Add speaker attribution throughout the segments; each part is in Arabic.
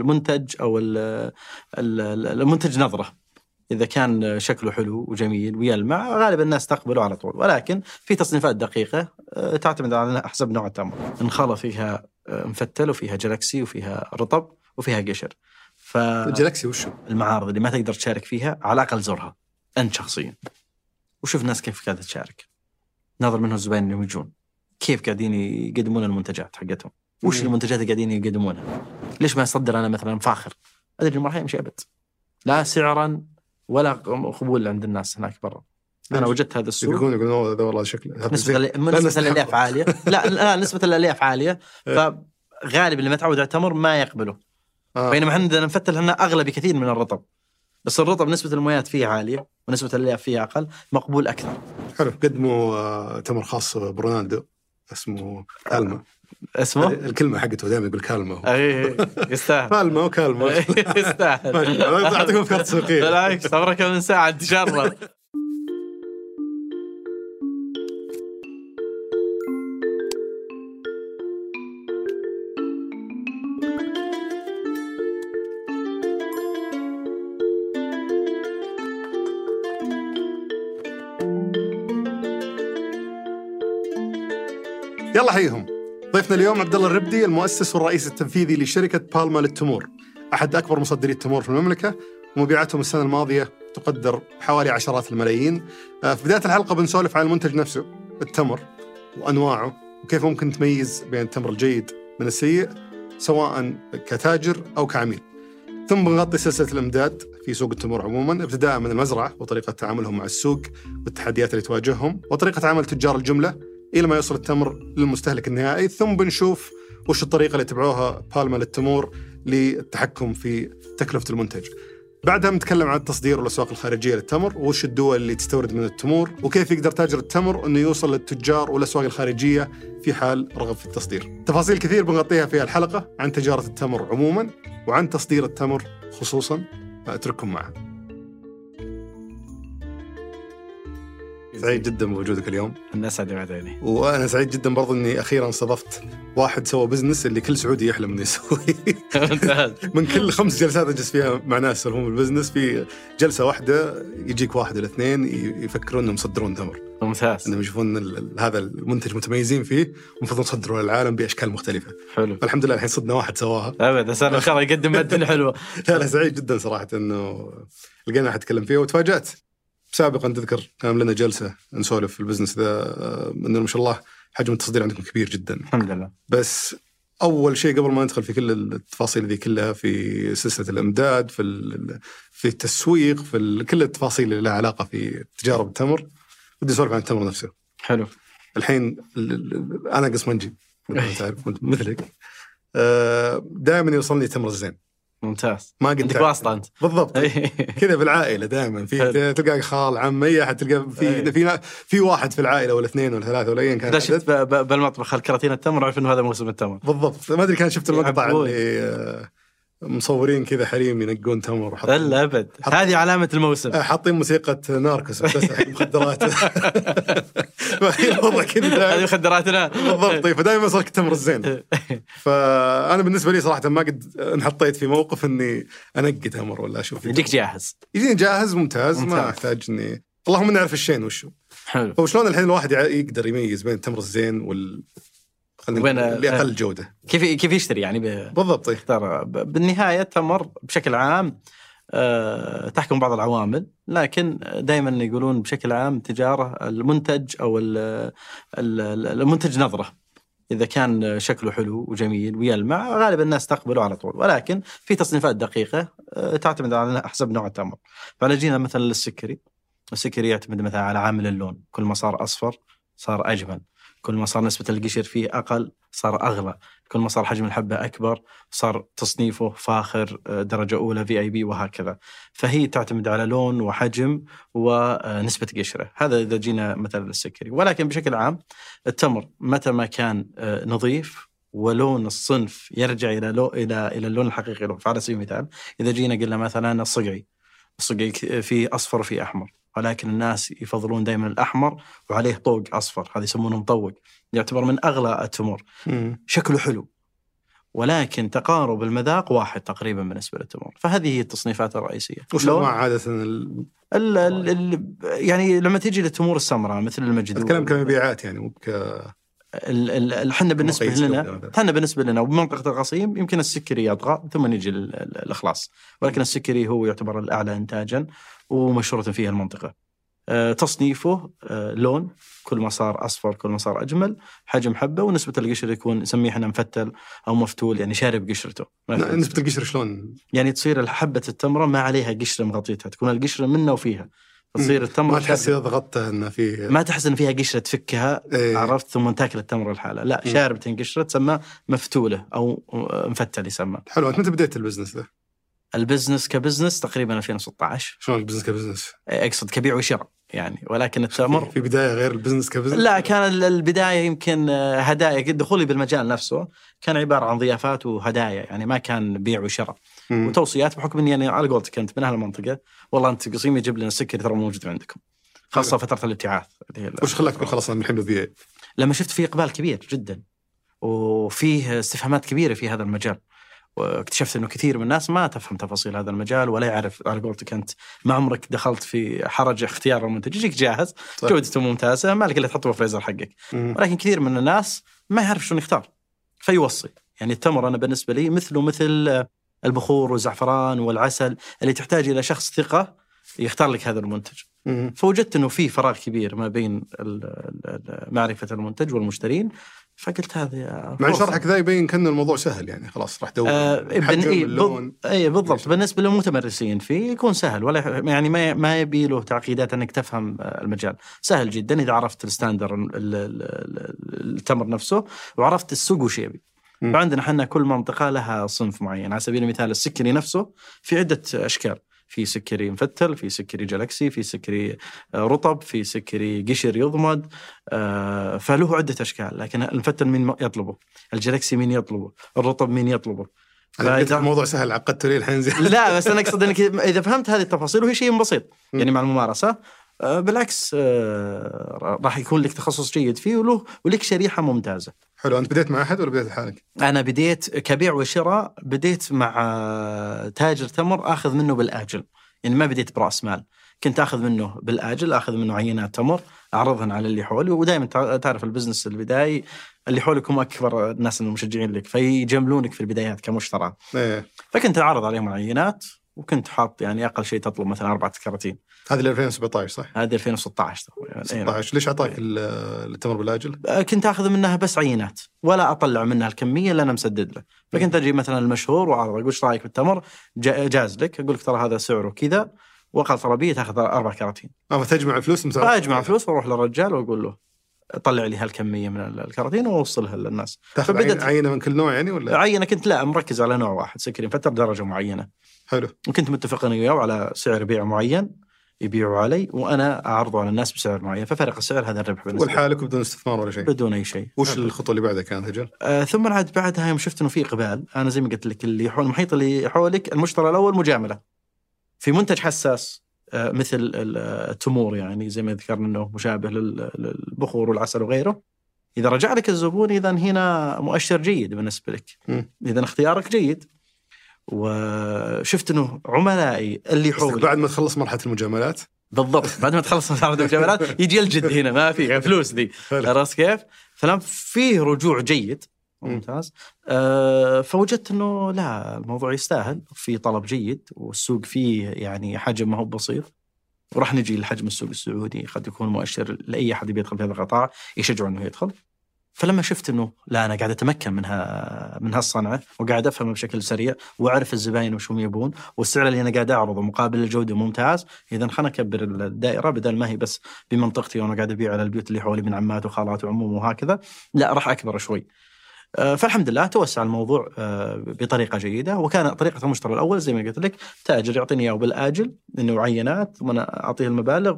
Speaker 1: المنتج او ال ال المنتج نظره اذا كان شكله حلو وجميل ويلمع غالبا الناس تقبله على طول ولكن في تصنيفات دقيقه آه، تعتمد على حسب نوع التمر النخاله فيها آه، مفتل وفيها جلاكسي وفيها رطب وفيها قشر فالمعارض
Speaker 2: جلاكسي وشو؟
Speaker 1: اللي ما تقدر تشارك فيها على الاقل زورها انت شخصيا وشوف الناس كيف قاعده تشارك ناظر منهم الزبائن اللي يجون كيف قاعدين يقدمون المنتجات حقتهم وش
Speaker 2: مم.
Speaker 1: المنتجات اللي قاعدين يقدمونها ليش ما اصدر انا مثلا فاخر ادري انه ما راح يمشي ابد لا سعرا ولا قبول عند الناس هناك برا انا
Speaker 2: ليش؟
Speaker 1: وجدت هذا السوق
Speaker 2: يقولون يقولون والله هذا والله شكله هذا
Speaker 1: نسبة
Speaker 2: زين.
Speaker 1: الألي- نسبة
Speaker 2: نستحق.
Speaker 1: الألياف عالية لا لا نسبة الألياف عالية
Speaker 2: إيه.
Speaker 1: فغالبا اللي ما تعود على التمر ما يقبله
Speaker 2: آه.
Speaker 1: بينما عندنا مفتل هنا أغلى بكثير من الرطب بس الرطب نسبة المويات فيه عالية ونسبة الألياف فيه أقل مقبول أكثر
Speaker 2: حلو قدموا آه، تمر خاص برونالدو اسمه كالما
Speaker 1: اسمه؟
Speaker 2: الكلمه حقته دائما يقول كالما
Speaker 1: إيه، يستاهل إيه،
Speaker 2: كالما وكالما ما شاء
Speaker 1: يستاهل
Speaker 2: الله. اعطيكم افكار تسويقيه
Speaker 1: بالعكس عمرك من ساعة تشرب
Speaker 2: يلا حيهم ضيفنا اليوم عبد الله الربدي المؤسس والرئيس التنفيذي لشركه بالما للتمور احد اكبر مصدري التمور في المملكه ومبيعاتهم السنه الماضيه تقدر بحوالي عشرات الملايين آه، في بدايه الحلقه بنسولف عن المنتج نفسه التمر وانواعه وكيف ممكن تميز بين التمر الجيد من السيء سواء كتاجر او كعميل ثم بنغطي سلسله الامداد في سوق التمور عموما ابتداء من المزرعه وطريقه تعاملهم مع السوق والتحديات اللي تواجههم وطريقه عمل تجار الجمله الى ما يوصل التمر للمستهلك النهائي ثم بنشوف وش الطريقه اللي تبعوها بالما للتمور للتحكم في تكلفه المنتج. بعدها بنتكلم عن التصدير والاسواق الخارجيه للتمر وش الدول اللي تستورد من التمور وكيف يقدر تاجر التمر انه يوصل للتجار والاسواق الخارجيه في حال رغب في التصدير. تفاصيل كثير بنغطيها في الحلقه عن تجاره التمر عموما وعن تصدير التمر خصوصا فاترككم معه. سعيد جدا بوجودك اليوم.
Speaker 1: الناس عادي بعد عيني
Speaker 2: وانا سعيد جدا برضو اني اخيرا استضفت واحد سوى بزنس اللي كل سعودي يحلم انه يسويه
Speaker 1: ممتاز
Speaker 2: من كل خمس جلسات اجلس فيها مع ناس لهم بالبزنس في جلسه واحده يجيك واحد ولا اثنين ي- يفكرون انهم يصدرون تمر
Speaker 1: ممتاز
Speaker 2: انهم يشوفون ال- ال- هذا المنتج متميزين فيه المفروض نصدره للعالم باشكال مختلفه
Speaker 1: حلو
Speaker 2: فالحمد لله الحين صدنا واحد سواها
Speaker 1: ابد بس انا ان شاء الله يقدم ماده حلوه
Speaker 2: لا لا سعيد جدا صراحه انه لقينا احد يتكلم فيها وتفاجات سابقا تذكر كان لنا جلسه نسولف في البزنس ذا آه، انه ما شاء الله حجم التصدير عندكم كبير جدا
Speaker 1: الحمد لله
Speaker 2: بس اول شيء قبل ما ندخل في كل التفاصيل ذي كلها في سلسله الامداد في ال- في التسويق في ال- كل التفاصيل اللي لها علاقه في تجارب التمر بدي اسولف عن التمر نفسه
Speaker 1: حلو
Speaker 2: الحين ال- ال- انا قسمنجي مثل ما تعرف وأنت مثلك آه، دائما يوصلني تمر الزين
Speaker 1: ممتاز
Speaker 2: ما قد
Speaker 1: عندك إيه.
Speaker 2: تعرف.
Speaker 1: واسطه انت
Speaker 2: بالضبط كذا بالعائله دائما في
Speaker 1: حلو. إيه.
Speaker 2: تلقى خال عم اي احد تلقى في
Speaker 1: أي.
Speaker 2: في في واحد في العائله ولا اثنين ولا ثلاثه ولا ايا
Speaker 1: اذا
Speaker 2: كان العدد.
Speaker 1: شفت ب- ب- بالمطبخ الكراتين التمر عرف انه هذا موسم التمر
Speaker 2: بالضبط ما ادري كان شفت المقطع
Speaker 1: يعبون.
Speaker 2: اللي آه، مصورين كذا حريم ينقون تمر وحاطين
Speaker 1: الا ابد هذه علامه الموسم
Speaker 2: آه، حاطين موسيقى ناركوس بس حق مخدرات فهي الوضع كذا
Speaker 1: هذه إيه.
Speaker 2: دايم.
Speaker 1: مخدراتنا
Speaker 2: بالضبط طيب فدائما يوصلك التمر الزين فانا بالنسبه لي صراحه ما قد انحطيت في موقف اني انقي تمر ولا اشوف
Speaker 1: يجيك جاهز
Speaker 2: يجيني جاهز ممتاز ما
Speaker 1: ممتاز.
Speaker 2: احتاج اني اللهم نعرف الشين وشو
Speaker 1: حلو
Speaker 2: فشلون الحين الواحد يع- يقدر يميز بين التمر الزين وال خلينا
Speaker 1: وبين-
Speaker 2: نقول اللي اقل جوده
Speaker 1: كيف كيف يشتري يعني ب-
Speaker 2: بالضبط إيه.
Speaker 1: ترى ب- بالنهايه التمر بشكل عام آه، تحكم بعض العوامل لكن دائما يقولون بشكل عام التجاره المنتج او ال ال المنتج نظره اذا كان شكله حلو وجميل ويلمع غالبا الناس تقبله على طول ولكن في تصنيفات دقيقه آه، تعتمد على حسب نوع التمر فانا جينا مثلا للسكري السكري يعتمد مثلا على عامل اللون كل ما صار اصفر صار اجمل كل ما صار نسبه القشر فيه اقل صار اغلى كل ما صار حجم الحبه اكبر صار تصنيفه فاخر آه، درجه اولى في اي بي وهكذا فهي تعتمد على لون وحجم ونسبه قشره هذا اذا جينا مثلا للسكري ولكن بشكل عام التمر متى ما كان آه، نظيف ولون الصنف يرجع الى لو الى الى اللون الحقيقي له فعلى سبيل المثال اذا جينا قلنا مثلا الصقعي الصقعي ك- فيه اصفر وفيه احمر ولكن الناس يفضلون دائما الاحمر وعليه طوق اصفر هذا يسمونه مطوق يعتبر من اغلى التمور
Speaker 2: مم.
Speaker 1: شكله حلو ولكن تقارب المذاق واحد تقريبا بالنسبه للتمور فهذه هي التصنيفات الرئيسيه
Speaker 2: وش
Speaker 1: لون،
Speaker 2: انواع عاده ال-
Speaker 1: ال ال ال يعني لما تيجي للتمور السمراء مثل المجدول
Speaker 2: اتكلم كمبيعات يعني مو ك-
Speaker 1: احنا بالنسبه
Speaker 2: مقاييس
Speaker 1: لنا
Speaker 2: كبيرة.
Speaker 1: احنا بالنسبه لنا وبمنطقه القصيم يمكن السكري اطغى ثم نجي لل- ال- الاخلاص ولكن السكري هو يعتبر الاعلى انتاجا ومشهوره فيها المنطقه آه، تصنيفه آه، لون كل ما صار اصفر كل ما صار اجمل حجم حبه ونسبه القشر يكون نسميه احنا مفتل او مفتول يعني شارب قشرته
Speaker 2: نسبه القشر شلون؟
Speaker 1: يعني تصير حبه التمره ما عليها قشره مغطيتها تكون القشره منه وفيها تصير التمره
Speaker 2: ما تحس
Speaker 1: شارب.
Speaker 2: اذا ضغطته انه في
Speaker 1: ما تحس ان فيها قشره تفكها
Speaker 2: إيه.
Speaker 1: عرفت ثم تاكل التمر الحالة لا
Speaker 2: مم.
Speaker 1: شارب تنقشره تسمى مفتوله او مفتل يسمى
Speaker 2: حلو انت متى بديت البزنس ذا؟
Speaker 1: البزنس كبزنس تقريبا 2016
Speaker 2: شلون البزنس كبزنس؟
Speaker 1: اقصد كبيع وشراء يعني ولكن التمر
Speaker 2: في بدايه غير البزنس كبزنس؟
Speaker 1: لا كان ال- البدايه يمكن آه، هدايا دخولي بالمجال نفسه كان عباره عن ضيافات وهدايا يعني ما كان بيع وشراء
Speaker 2: مم.
Speaker 1: وتوصيات بحكم اني انا على قولتك انت من اهل المنطقه والله انت قصيم يجيب لنا السكر ترى موجود عندكم خاصه فتره الابتعاث اللي هي ال-
Speaker 2: وش خلاك تقول خلاص انا من الحين ببيع؟
Speaker 1: لما شفت فيه اقبال كبير جدا وفيه استفهامات كبيره في هذا المجال واكتشفت انه كثير من الناس ما تفهم تفاصيل هذا المجال ولا يعرف على قولتك انت ما عمرك دخلت في حرج اختيار المنتج يجيك جاهز
Speaker 2: صح.
Speaker 1: جودته ممتازه مالك الا تحطه في الفريزر حقك
Speaker 2: مم.
Speaker 1: ولكن كثير من الناس ما يعرف شلون يختار فيوصي يعني التمر انا بالنسبه لي مثله مثل البخور والزعفران والعسل اللي تحتاج الى شخص ثقه يختار لك هذا المنتج
Speaker 2: مم.
Speaker 1: فوجدت انه في فراغ كبير ما بين ال- ال- ال- معرفه المنتج والمشترين فقلت هذه
Speaker 2: مع إن
Speaker 1: فرصة.
Speaker 2: شرحك ذا يبين كان الموضوع سهل يعني خلاص راح دور
Speaker 1: آه، ابن
Speaker 2: حجم
Speaker 1: إيه
Speaker 2: اللون
Speaker 1: بض... اي بالضبط بالنسبه للمتمرسين فيه يكون سهل ولا يح- يعني ما ما يبي له تعقيدات انك تفهم آه، المجال، سهل جدا اذا عرفت الستاندر ال- ال- ال- التمر نفسه وعرفت السوق وش يبي.
Speaker 2: مم.
Speaker 1: فعندنا احنا كل منطقه لها صنف معين، على سبيل المثال السكري نفسه في عده اشكال، في سكري مفتل، في سكري جلاكسي، في سكري آه، رطب، في سكري قشر يضمد، آه، فله عده اشكال، لكن المفتل مين يطلبه؟ الجلاكسي مين يطلبه؟ الرطب مين يطلبه؟
Speaker 2: أنا قلت
Speaker 1: فإذا-
Speaker 2: لك الموضوع سهل عقدته لي الحين زين
Speaker 1: لا بس انا اقصد انك اذا فهمت هذه التفاصيل وهي شيء بسيط يعني مع الممارسه آه، بالعكس آه، راح يكون لك تخصص جيد فيه وله ولك شريحه ممتازه.
Speaker 2: حلو انت بديت مع احد ولا بديت لحالك؟
Speaker 1: انا بديت كبيع وشراء بديت مع آه، تاجر تمر اخذ منه بالاجل يعني ما بديت براس مال كنت اخذ منه بالاجل اخذ منه عينات تمر اعرضهن على اللي حولي ودائما تعرف البزنس البدائي اللي حولك هم اكبر الناس المشجعين لك فيجملونك في البدايات كمشترى
Speaker 2: ايه
Speaker 1: فكنت اعرض عليهم العينات وكنت حاط يعني اقل شيء تطلب مثلا اربعة كراتين
Speaker 2: هذا اللي 2017 صح؟
Speaker 1: هذه 2016 تقريباً. إيه.
Speaker 2: 16 ليش اعطاك ال- التمر بالاجل؟
Speaker 1: آه، كنت اخذ منها بس عينات ولا اطلع منها الكميه اللي انا مسدد له فكنت اجي مثلا المشهور واعرض اقول ايش رايك بالتمر جا- جاز لك اقول لك ترى هذا سعره كذا واقل طلبيه تاخذ اربع كراتين
Speaker 2: اه فتجمع الفلوس مثلا
Speaker 1: فاجمع فلوس واروح للرجال واقول له طلع لي هالكميه من ال- الكراتين واوصلها للناس
Speaker 2: تاخذ
Speaker 1: فبدت-
Speaker 2: عين- عينه من كل نوع يعني ولا؟
Speaker 1: عينه كنت لا مركز على نوع واحد سكري مفتر درجه معينه
Speaker 2: حلو
Speaker 1: وكنت متفق انا وياه على سعر بيع معين يبيعوا علي وانا اعرضه على الناس بسعر معين ففرق السعر هذا الربح بالنسبه لي
Speaker 2: ولحالك وبدون استثمار ولا شيء
Speaker 1: بدون اي شيء
Speaker 2: وش الخطوه اللي بعدها كانت اجل؟
Speaker 1: آه ثم عاد بعدها يوم شفت انه في اقبال انا زي ما قلت لك اللي حول المحيط اللي حولك المشترى الاول مجامله في منتج حساس آه مثل ال- التمور يعني زي ما ذكرنا انه مشابه لل- للبخور والعسل وغيره اذا رجع لك الزبون اذا هنا مؤشر جيد بالنسبه لك
Speaker 2: مم.
Speaker 1: اذا اختيارك جيد وشفت انه عملائي اللي
Speaker 2: قصدك
Speaker 1: حولي
Speaker 2: بعد ما تخلص مرحله المجاملات
Speaker 1: بالضبط بعد ما تخلص من عرض الجبلات يجي الجد هنا ما في فلوس ذي
Speaker 2: حلو.
Speaker 1: عرفت كيف؟ فلان فيه رجوع جيد
Speaker 2: مم.
Speaker 1: ممتاز آه فوجدت انه لا الموضوع يستاهل في طلب جيد والسوق فيه يعني حجم ما هو بسيط وراح نجي لحجم السوق السعودي قد يكون مؤشر لاي احد يبي يدخل في هذا القطاع يشجعه انه يدخل فلما شفت انه لا انا قاعد اتمكن من ها من هالصنعه وقاعد افهمها بشكل سريع واعرف الزباين وش هم يبون والسعر اللي انا قاعد اعرضه مقابل الجوده ممتاز اذا خلنا اكبر الدائره بدل ما هي بس بمنطقتي وانا قاعد ابيع على البيوت اللي حولي من عمات وخالات وعموم وهكذا لا راح اكبر شوي آه، فالحمد لله توسع الموضوع آه، بطريقه جيده وكان طريقه المشترى الاول زي ما قلت لك تاجر يعطيني اياه بالاجل انه عينات ثم انا اعطيه المبالغ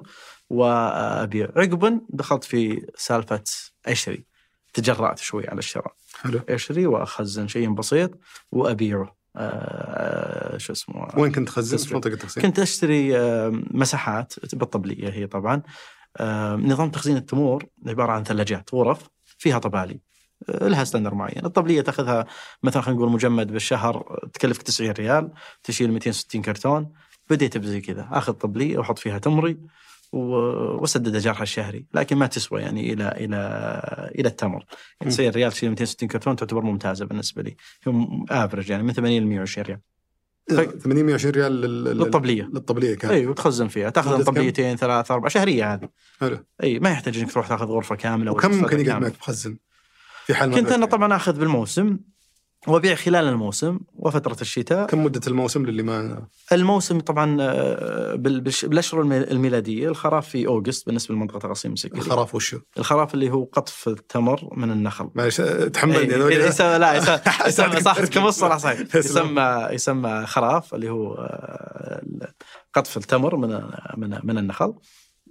Speaker 1: وابيع عقبا دخلت في سالفه اشري تجرأت شوي على الشراء
Speaker 2: حلو
Speaker 1: اشري واخزن شيء بسيط وابيعه آه، آه، شو اسمه
Speaker 2: وين كنت تخزن؟ في
Speaker 1: تسجيل.
Speaker 2: منطقه التخزين؟
Speaker 1: كنت اشتري آه، مساحات بالطبليه هي طبعا آه، نظام تخزين التمور عباره عن ثلاجات غرف فيها طبالي لها ستاندر معين، الطبليه تاخذها مثلا خلينا نقول مجمد بالشهر تكلفك 90 ريال تشيل 260 كرتون بديت بزي كذا اخذ طبليه واحط فيها تمري و- واسدد اجارها الشهري، لكن ما تسوى يعني الى الى الى التمر. يعني 90 ريال تشيل 260 كرتون تعتبر ممتازه بالنسبه لي، افرج يعني من 80 ل 120 ريال. طيب.
Speaker 2: 820 ريال لل- لل-
Speaker 1: للطبليه.
Speaker 2: للطبليه كانت
Speaker 1: اي إيه، وتخزن فيها، تاخذ
Speaker 2: مدة كم؟
Speaker 1: طبليتين ثلاث اربع شهريه هذه.
Speaker 2: حلو
Speaker 1: اي إيه، ما يحتاج انك تروح تاخذ غرفه كامله
Speaker 2: وكم
Speaker 1: وتشتغل
Speaker 2: ممكن يقعد
Speaker 1: كامل.
Speaker 2: معك مخزن في حال ما
Speaker 1: نعم. كنت
Speaker 2: بعت
Speaker 1: انا
Speaker 2: يعني؟
Speaker 1: طبعا اخذ بالموسم وابيع خلال الموسم وفتره الشتاء
Speaker 2: كم مده الموسم للي ما
Speaker 1: الموسم طبعا آه، بال- بالش- بالاشهر المي- الميلاديه الخراف في اوغست بالنسبه لمنطقه غصيم السكري
Speaker 2: الخراف وشو؟
Speaker 1: الخراف اللي هو قطف التمر من النخل
Speaker 2: معلش أه، تحملني أنا
Speaker 1: إيه،
Speaker 2: وجهة-
Speaker 1: يسمى لا يسمى- يسمى صح
Speaker 2: أساعدك.
Speaker 1: كم الصراحه صحيح
Speaker 2: تسلم.
Speaker 1: يسمى يسمى خراف اللي هو آه، قطف التمر من من من النخل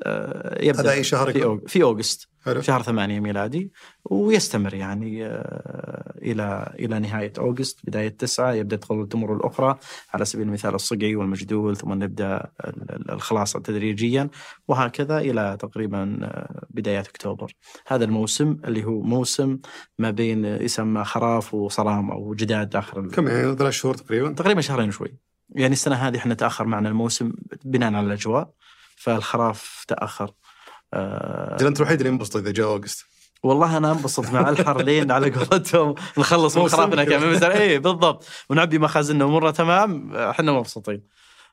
Speaker 1: آه، يبدا
Speaker 2: هذا أي شهر
Speaker 1: في
Speaker 2: يكون؟
Speaker 1: أوغ- في اوغست
Speaker 2: حلو.
Speaker 1: شهر ثمانية ميلادي ويستمر يعني آه، إلى إلى نهاية أوغست بداية تسعة يبدأ يدخل التمور الأخرى على سبيل المثال الصقعي والمجدول ثم نبدأ ال- ال- الخلاصة تدريجيا وهكذا إلى تقريبا آه، بداية أكتوبر هذا الموسم اللي هو موسم ما بين آه، يسمى خراف وصرام أو جداد آخر ال-
Speaker 2: كم يعني ثلاث شهور تقريبا
Speaker 1: تقريبا شهرين شوي يعني السنة هذه احنا تأخر معنا الموسم بناء على الأجواء فالخراف تأخر آه،
Speaker 2: اجل انت الوحيد اللي ينبسط اذا جاء اوغست
Speaker 1: والله انا انبسط مع الحر لين على قولتهم نخلص من
Speaker 2: موسم
Speaker 1: خرابنا
Speaker 2: كذا.
Speaker 1: كمان اي إيه، بالضبط ونعبي مخازننا وامورنا تمام احنا مبسوطين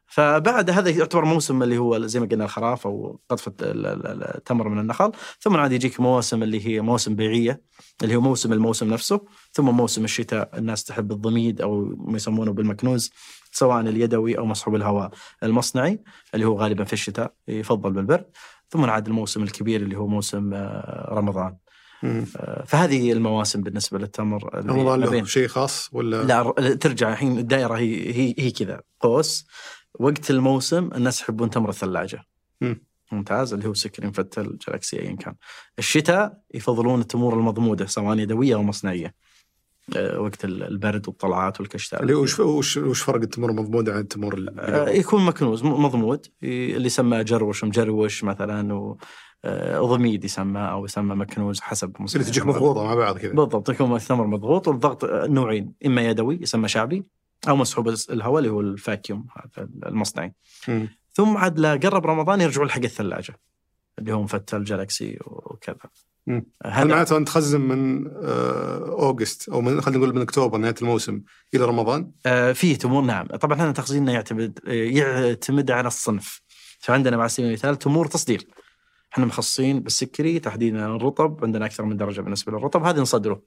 Speaker 1: فبعد هذا يعتبر موسم اللي هو زي ما قلنا الخراف او قطف الت- ال- ال- التمر من النخل ثم عاد يجيك مواسم اللي هي مواسم بيعيه اللي هو موسم الموسم نفسه ثم موسم الشتاء الناس تحب الضميد او ما يسمونه بالمكنوز سواء اليدوي او مسحوب الهواء المصنعي اللي هو غالبا في الشتاء يفضل بالبرد ثم عاد الموسم الكبير اللي هو موسم آه، رمضان
Speaker 2: مم.
Speaker 1: فهذه المواسم بالنسبه للتمر اللي
Speaker 2: رمضان
Speaker 1: ما
Speaker 2: له
Speaker 1: بين-
Speaker 2: شيء خاص ولا
Speaker 1: لا ر- ترجع الحين الدائره هي هي, هي كذا قوس وقت الموسم الناس يحبون تمر الثلاجه
Speaker 2: مم.
Speaker 1: ممتاز اللي هو سكرين فتل جلاكسي ايا كان الشتاء يفضلون التمور المضموده سواء يدويه او مصنعيه أه، وقت ال- البرد والطلعات والكشتات
Speaker 2: اللي وش وش وش فرق التمور المضمود عن التمور
Speaker 1: آه،
Speaker 2: اللي
Speaker 1: يكون مكنوز م- مضمود ي- اللي يسمى جروش مجروش مثلا و آه، ضميد يسمى او يسمى مكنوز حسب مصنع
Speaker 2: اللي تجيك
Speaker 1: التمر.
Speaker 2: مضغوطه مع بعض كذا
Speaker 1: بالضبط يكون الثمر مضغوط والضغط آه، نوعين اما يدوي يسمى شعبي او مسحوب الس- الهواء اللي هو الفاكيوم هذا المصنعي
Speaker 2: مم.
Speaker 1: ثم عاد لا قرب رمضان يرجعون حق الثلاجه اللي هو مفتل جالكسي وكذا
Speaker 2: مم.
Speaker 1: آه،
Speaker 2: هل
Speaker 1: هذا
Speaker 2: معناته ان تخزن من آه، اوغست او من خلينا نقول من اكتوبر نهايه الموسم الى رمضان طيب،
Speaker 1: آه، فيه تمور نعم طبعا احنا تخزيننا يعتمد آه، يعتمد على الصنف فعندنا على سبيل المثال تمور تصدير احنا مخصصين بالسكري تحديدا الرطب عندنا اكثر من درجه بالنسبه للرطب هذه نصدره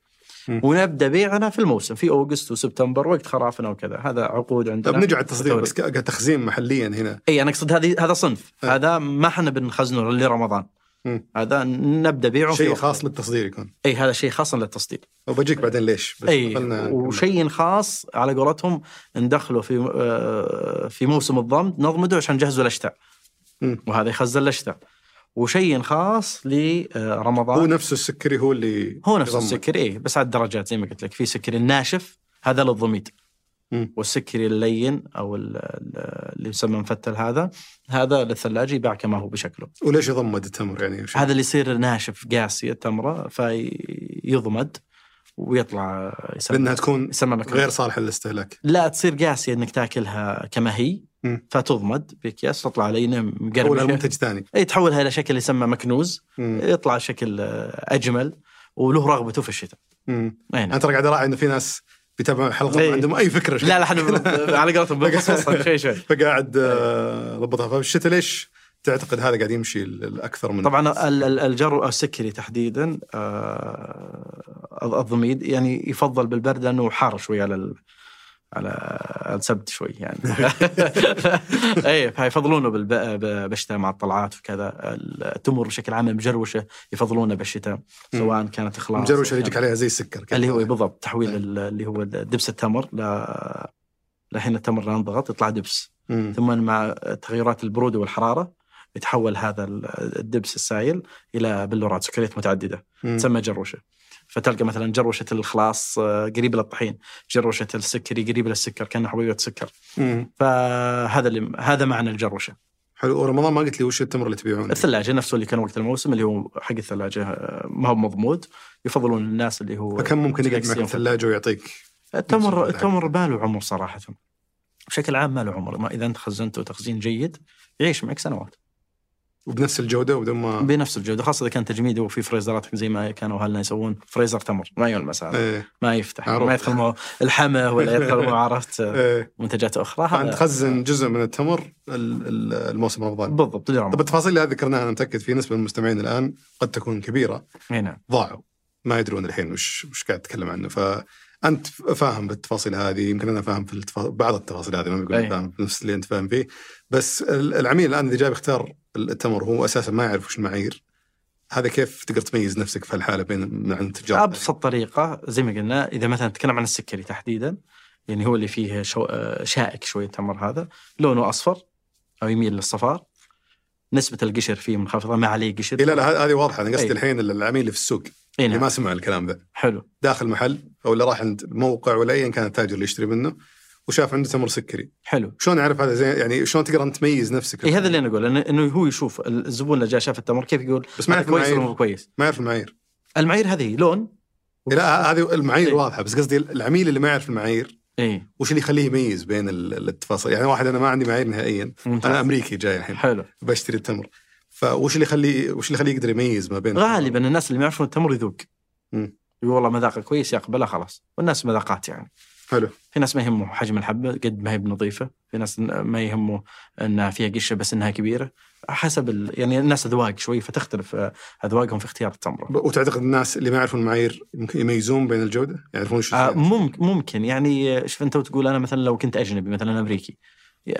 Speaker 2: مم.
Speaker 1: ونبدا بيعنا في الموسم في اوغست وسبتمبر وقت خرافنا وكذا هذا عقود عندنا
Speaker 2: طب نرجع على التصدير
Speaker 1: وتوريد.
Speaker 2: بس ك- كتخزين محليا هنا
Speaker 1: اي انا اقصد إيه، هذه هذا صنف
Speaker 2: أي.
Speaker 1: هذا ما احنا بنخزنه لرمضان
Speaker 2: إيه. مم.
Speaker 1: هذا نبدا بيعه في
Speaker 2: شيء
Speaker 1: وقت.
Speaker 2: خاص للتصدير يكون
Speaker 1: اي هذا شيء خاص للتصدير
Speaker 2: وبجيك بعدين ليش بس
Speaker 1: اي
Speaker 2: خلنا-
Speaker 1: وشيء خاص على قولتهم ندخله في آه، في موسم الضمد نضمده عشان نجهزه الاشتاء
Speaker 2: مم.
Speaker 1: وهذا يخزن الاشتاء وشيء خاص لرمضان
Speaker 2: هو نفسه السكري هو اللي
Speaker 1: هو نفس
Speaker 2: يضمن.
Speaker 1: السكر ايه بس على الدرجات زي ما قلت لك في سكر الناشف هذا للضميد
Speaker 2: مم.
Speaker 1: والسكري اللين او ال- ال- اللي يسمى مفتل هذا هذا للثلاجه يباع كما هو بشكله
Speaker 2: وليش يضمد التمر يعني وش-
Speaker 1: هذا اللي يصير ناشف قاسي التمره فيضمد ويطلع يسمى
Speaker 2: لانها تكون
Speaker 1: يسمى مكروب.
Speaker 2: غير صالحه للاستهلاك
Speaker 1: لا تصير قاسيه انك تاكلها كما هي
Speaker 2: مم.
Speaker 1: فتضمد باكياس تطلع علينا
Speaker 2: او لها
Speaker 1: مقرمشه
Speaker 2: منتج ثاني
Speaker 1: اي تحولها الى شكل يسمى مكنوز
Speaker 2: مم.
Speaker 1: يطلع شكل آه، اجمل وله رغبته في الشتاء
Speaker 2: مم.
Speaker 1: أي نعم.
Speaker 2: انا ترى قاعد اراعي انه في ناس بيتابعوا الحلقه
Speaker 1: إيه.
Speaker 2: ما عندهم اي فكره
Speaker 1: لا لا احنا بن- على قولتهم بنخصصها شوي شوي
Speaker 2: فقاعد آه،
Speaker 1: إيه.
Speaker 2: ضبطها فالشتاء ليش تعتقد هذا قاعد يمشي ال- الاكثر من
Speaker 1: طبعا ال- ال- الجرو او السكري تحديدا آه، الض- الضميد يعني يفضل بالبرد لانه حار شوي على ال... على السبت شوي يعني اي فيفضلونه بالب... ب- بالشتاء مع الطلعات وكذا التمر بشكل عام المجروشه يفضلونه بالشتاء سواء كانت اخلاص
Speaker 2: المجروشه
Speaker 1: أو
Speaker 2: اللي
Speaker 1: كانت-
Speaker 2: يجيك عليها زي السكر كذا. إيه.
Speaker 1: اللي هو بالضبط تحويل ال- اللي هو دبس التمر ل لحين التمر لا ينضغط يطلع دبس
Speaker 2: مم.
Speaker 1: ثم مع تغيرات البرودة والحرارة يتحول هذا ال- الدبس السائل إلى بلورات سكريات متعددة
Speaker 2: مم.
Speaker 1: تسمى جروشة فتلقى مثلا جروشة الخلاص آه، قريبة للطحين جروشة السكري قريبة للسكر كأنها حبيبة سكر
Speaker 2: مم.
Speaker 1: فهذا اللي هذا معنى الجروشة
Speaker 2: حلو ورمضان ما قلت لي وش التمر اللي تبيعونه
Speaker 1: الثلاجه نفسه اللي كان وقت الموسم اللي هو حق الثلاجه آه، ما هو مضمود يفضلون الناس اللي هو
Speaker 2: فكم ممكن يقعد معك الثلاجه ويعطيك
Speaker 1: التمر التمر ما له عمر صراحه بشكل عام ما له عمر ما اذا انت خزنته تخزين جيد يعيش معك سنوات
Speaker 2: وبنفس الجوده وبدون ما
Speaker 1: بنفس الجوده خاصه اذا كان تجميده وفي فريزرات زي ما كانوا اهلنا يسوون فريزر تمر ما يلمس هذا
Speaker 2: ايه
Speaker 1: ما يفتح
Speaker 2: معروف.
Speaker 1: ما يدخل معه الحمى ولا يدخل معه عرفت آه،
Speaker 2: ايه
Speaker 1: منتجات اخرى
Speaker 2: فانت
Speaker 1: هذا
Speaker 2: تخزن جزء من التمر ال- ال- الموسم رمضان
Speaker 1: بالضبط للعمر
Speaker 2: طب التفاصيل اللي ذكرناها انا متاكد في نسبه من المستمعين الان قد تكون كبيره
Speaker 1: اي نعم
Speaker 2: ضاعوا ما يدرون الحين وش وش قاعد تتكلم عنه فانت فاهم بالتفاصيل هذه يمكن انا فاهم في التفا... بعض التفاصيل هذه ما بقول
Speaker 1: أي.
Speaker 2: فاهم في نفس اللي انت فاهم فيه بس ال- العميل الان اللي جاي يختار التمر هو اساسا ما يعرف وش المعايير هذا كيف تقدر تميز نفسك في الحاله بين من عند التجار
Speaker 1: ابسط طريقه زي ما قلنا اذا مثلا نتكلم عن السكري تحديدا يعني هو اللي فيه شو... آه، شائك شويه تمر هذا لونه اصفر او يميل للصفار نسبه القشر فيه منخفضه ما عليه قشر
Speaker 2: إيه لا لا ه- هذه واضحه انا قصدي
Speaker 1: أي.
Speaker 2: الحين ال- العميل اللي في السوق
Speaker 1: إيه
Speaker 2: اللي
Speaker 1: نعم.
Speaker 2: ما سمع الكلام ذا
Speaker 1: حلو
Speaker 2: داخل محل او اللي راح عند موقع ولا ايا كان التاجر اللي يشتري منه وشاف عنده تمر سكري
Speaker 1: حلو
Speaker 2: شلون اعرف هذا زين يعني شلون تقدر انت تميز نفسك
Speaker 1: اي إيه، هذا اللي انا اقول انه إنه هو يشوف الزبون اللي جاء شاف التمر كيف يقول
Speaker 2: بس ما
Speaker 1: هذا كويس
Speaker 2: يعرف
Speaker 1: ولا
Speaker 2: المعايير
Speaker 1: مو كويس
Speaker 2: ما يعرف المعايير
Speaker 1: المعايير هذه لون
Speaker 2: لا هذه المعايير
Speaker 1: إيه.
Speaker 2: واضحه بس قصدي العميل اللي ما يعرف المعايير
Speaker 1: اي
Speaker 2: وش اللي يخليه يميز بين ال- التفاصيل يعني واحد انا ما عندي معايير نهائيا انا امريكي جاي الحين
Speaker 1: حلو
Speaker 2: بشتري التمر فوش اللي يخليه وش اللي يخليه يقدر يميز ما بين
Speaker 1: غالبا الناس اللي ما يعرفون التمر يذوق
Speaker 2: مم.
Speaker 1: يقول والله مذاقه كويس يقبله خلاص والناس مذاقات يعني
Speaker 2: حلو
Speaker 1: في ناس ما يهمه حجم الحبه قد ما هي بنظيفه في ناس ما يهمه انها فيها قشه بس انها كبيره حسب ال... يعني الناس اذواق شوي فتختلف آه، اذواقهم في اختيار التمر
Speaker 2: ب- وتعتقد الناس اللي ما يعرفون المعايير ممكن يميزون بين الجوده يعرفون شو
Speaker 1: آه،
Speaker 2: الفرق؟
Speaker 1: ممكن ممكن يعني آه، شوف انت وتقول انا مثلا لو كنت اجنبي مثلا امريكي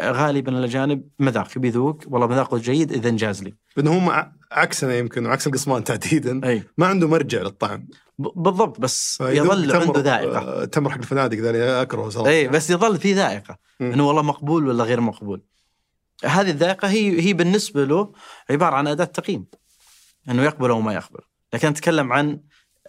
Speaker 1: غالبا الاجانب مذاق بيذوق والله مذاقه جيد اذا انجاز لي
Speaker 2: لانه هم ع- عكسنا يمكن وعكس القسمان تحديدا
Speaker 1: اي
Speaker 2: ما عنده مرجع للطعم
Speaker 1: ب- بالضبط بس
Speaker 2: فيذوق
Speaker 1: يظل
Speaker 2: تمر-
Speaker 1: عنده إيه. ذائقه
Speaker 2: آه، تمر حق الفنادق ذا اللي اكرهه صراحه
Speaker 1: اي بس يظل في ذائقه
Speaker 2: مم.
Speaker 1: انه والله مقبول ولا غير مقبول هذه الذائقه هي هي بالنسبه له عباره عن اداه تقييم انه يقبل او ما يقبل لكن اتكلم عن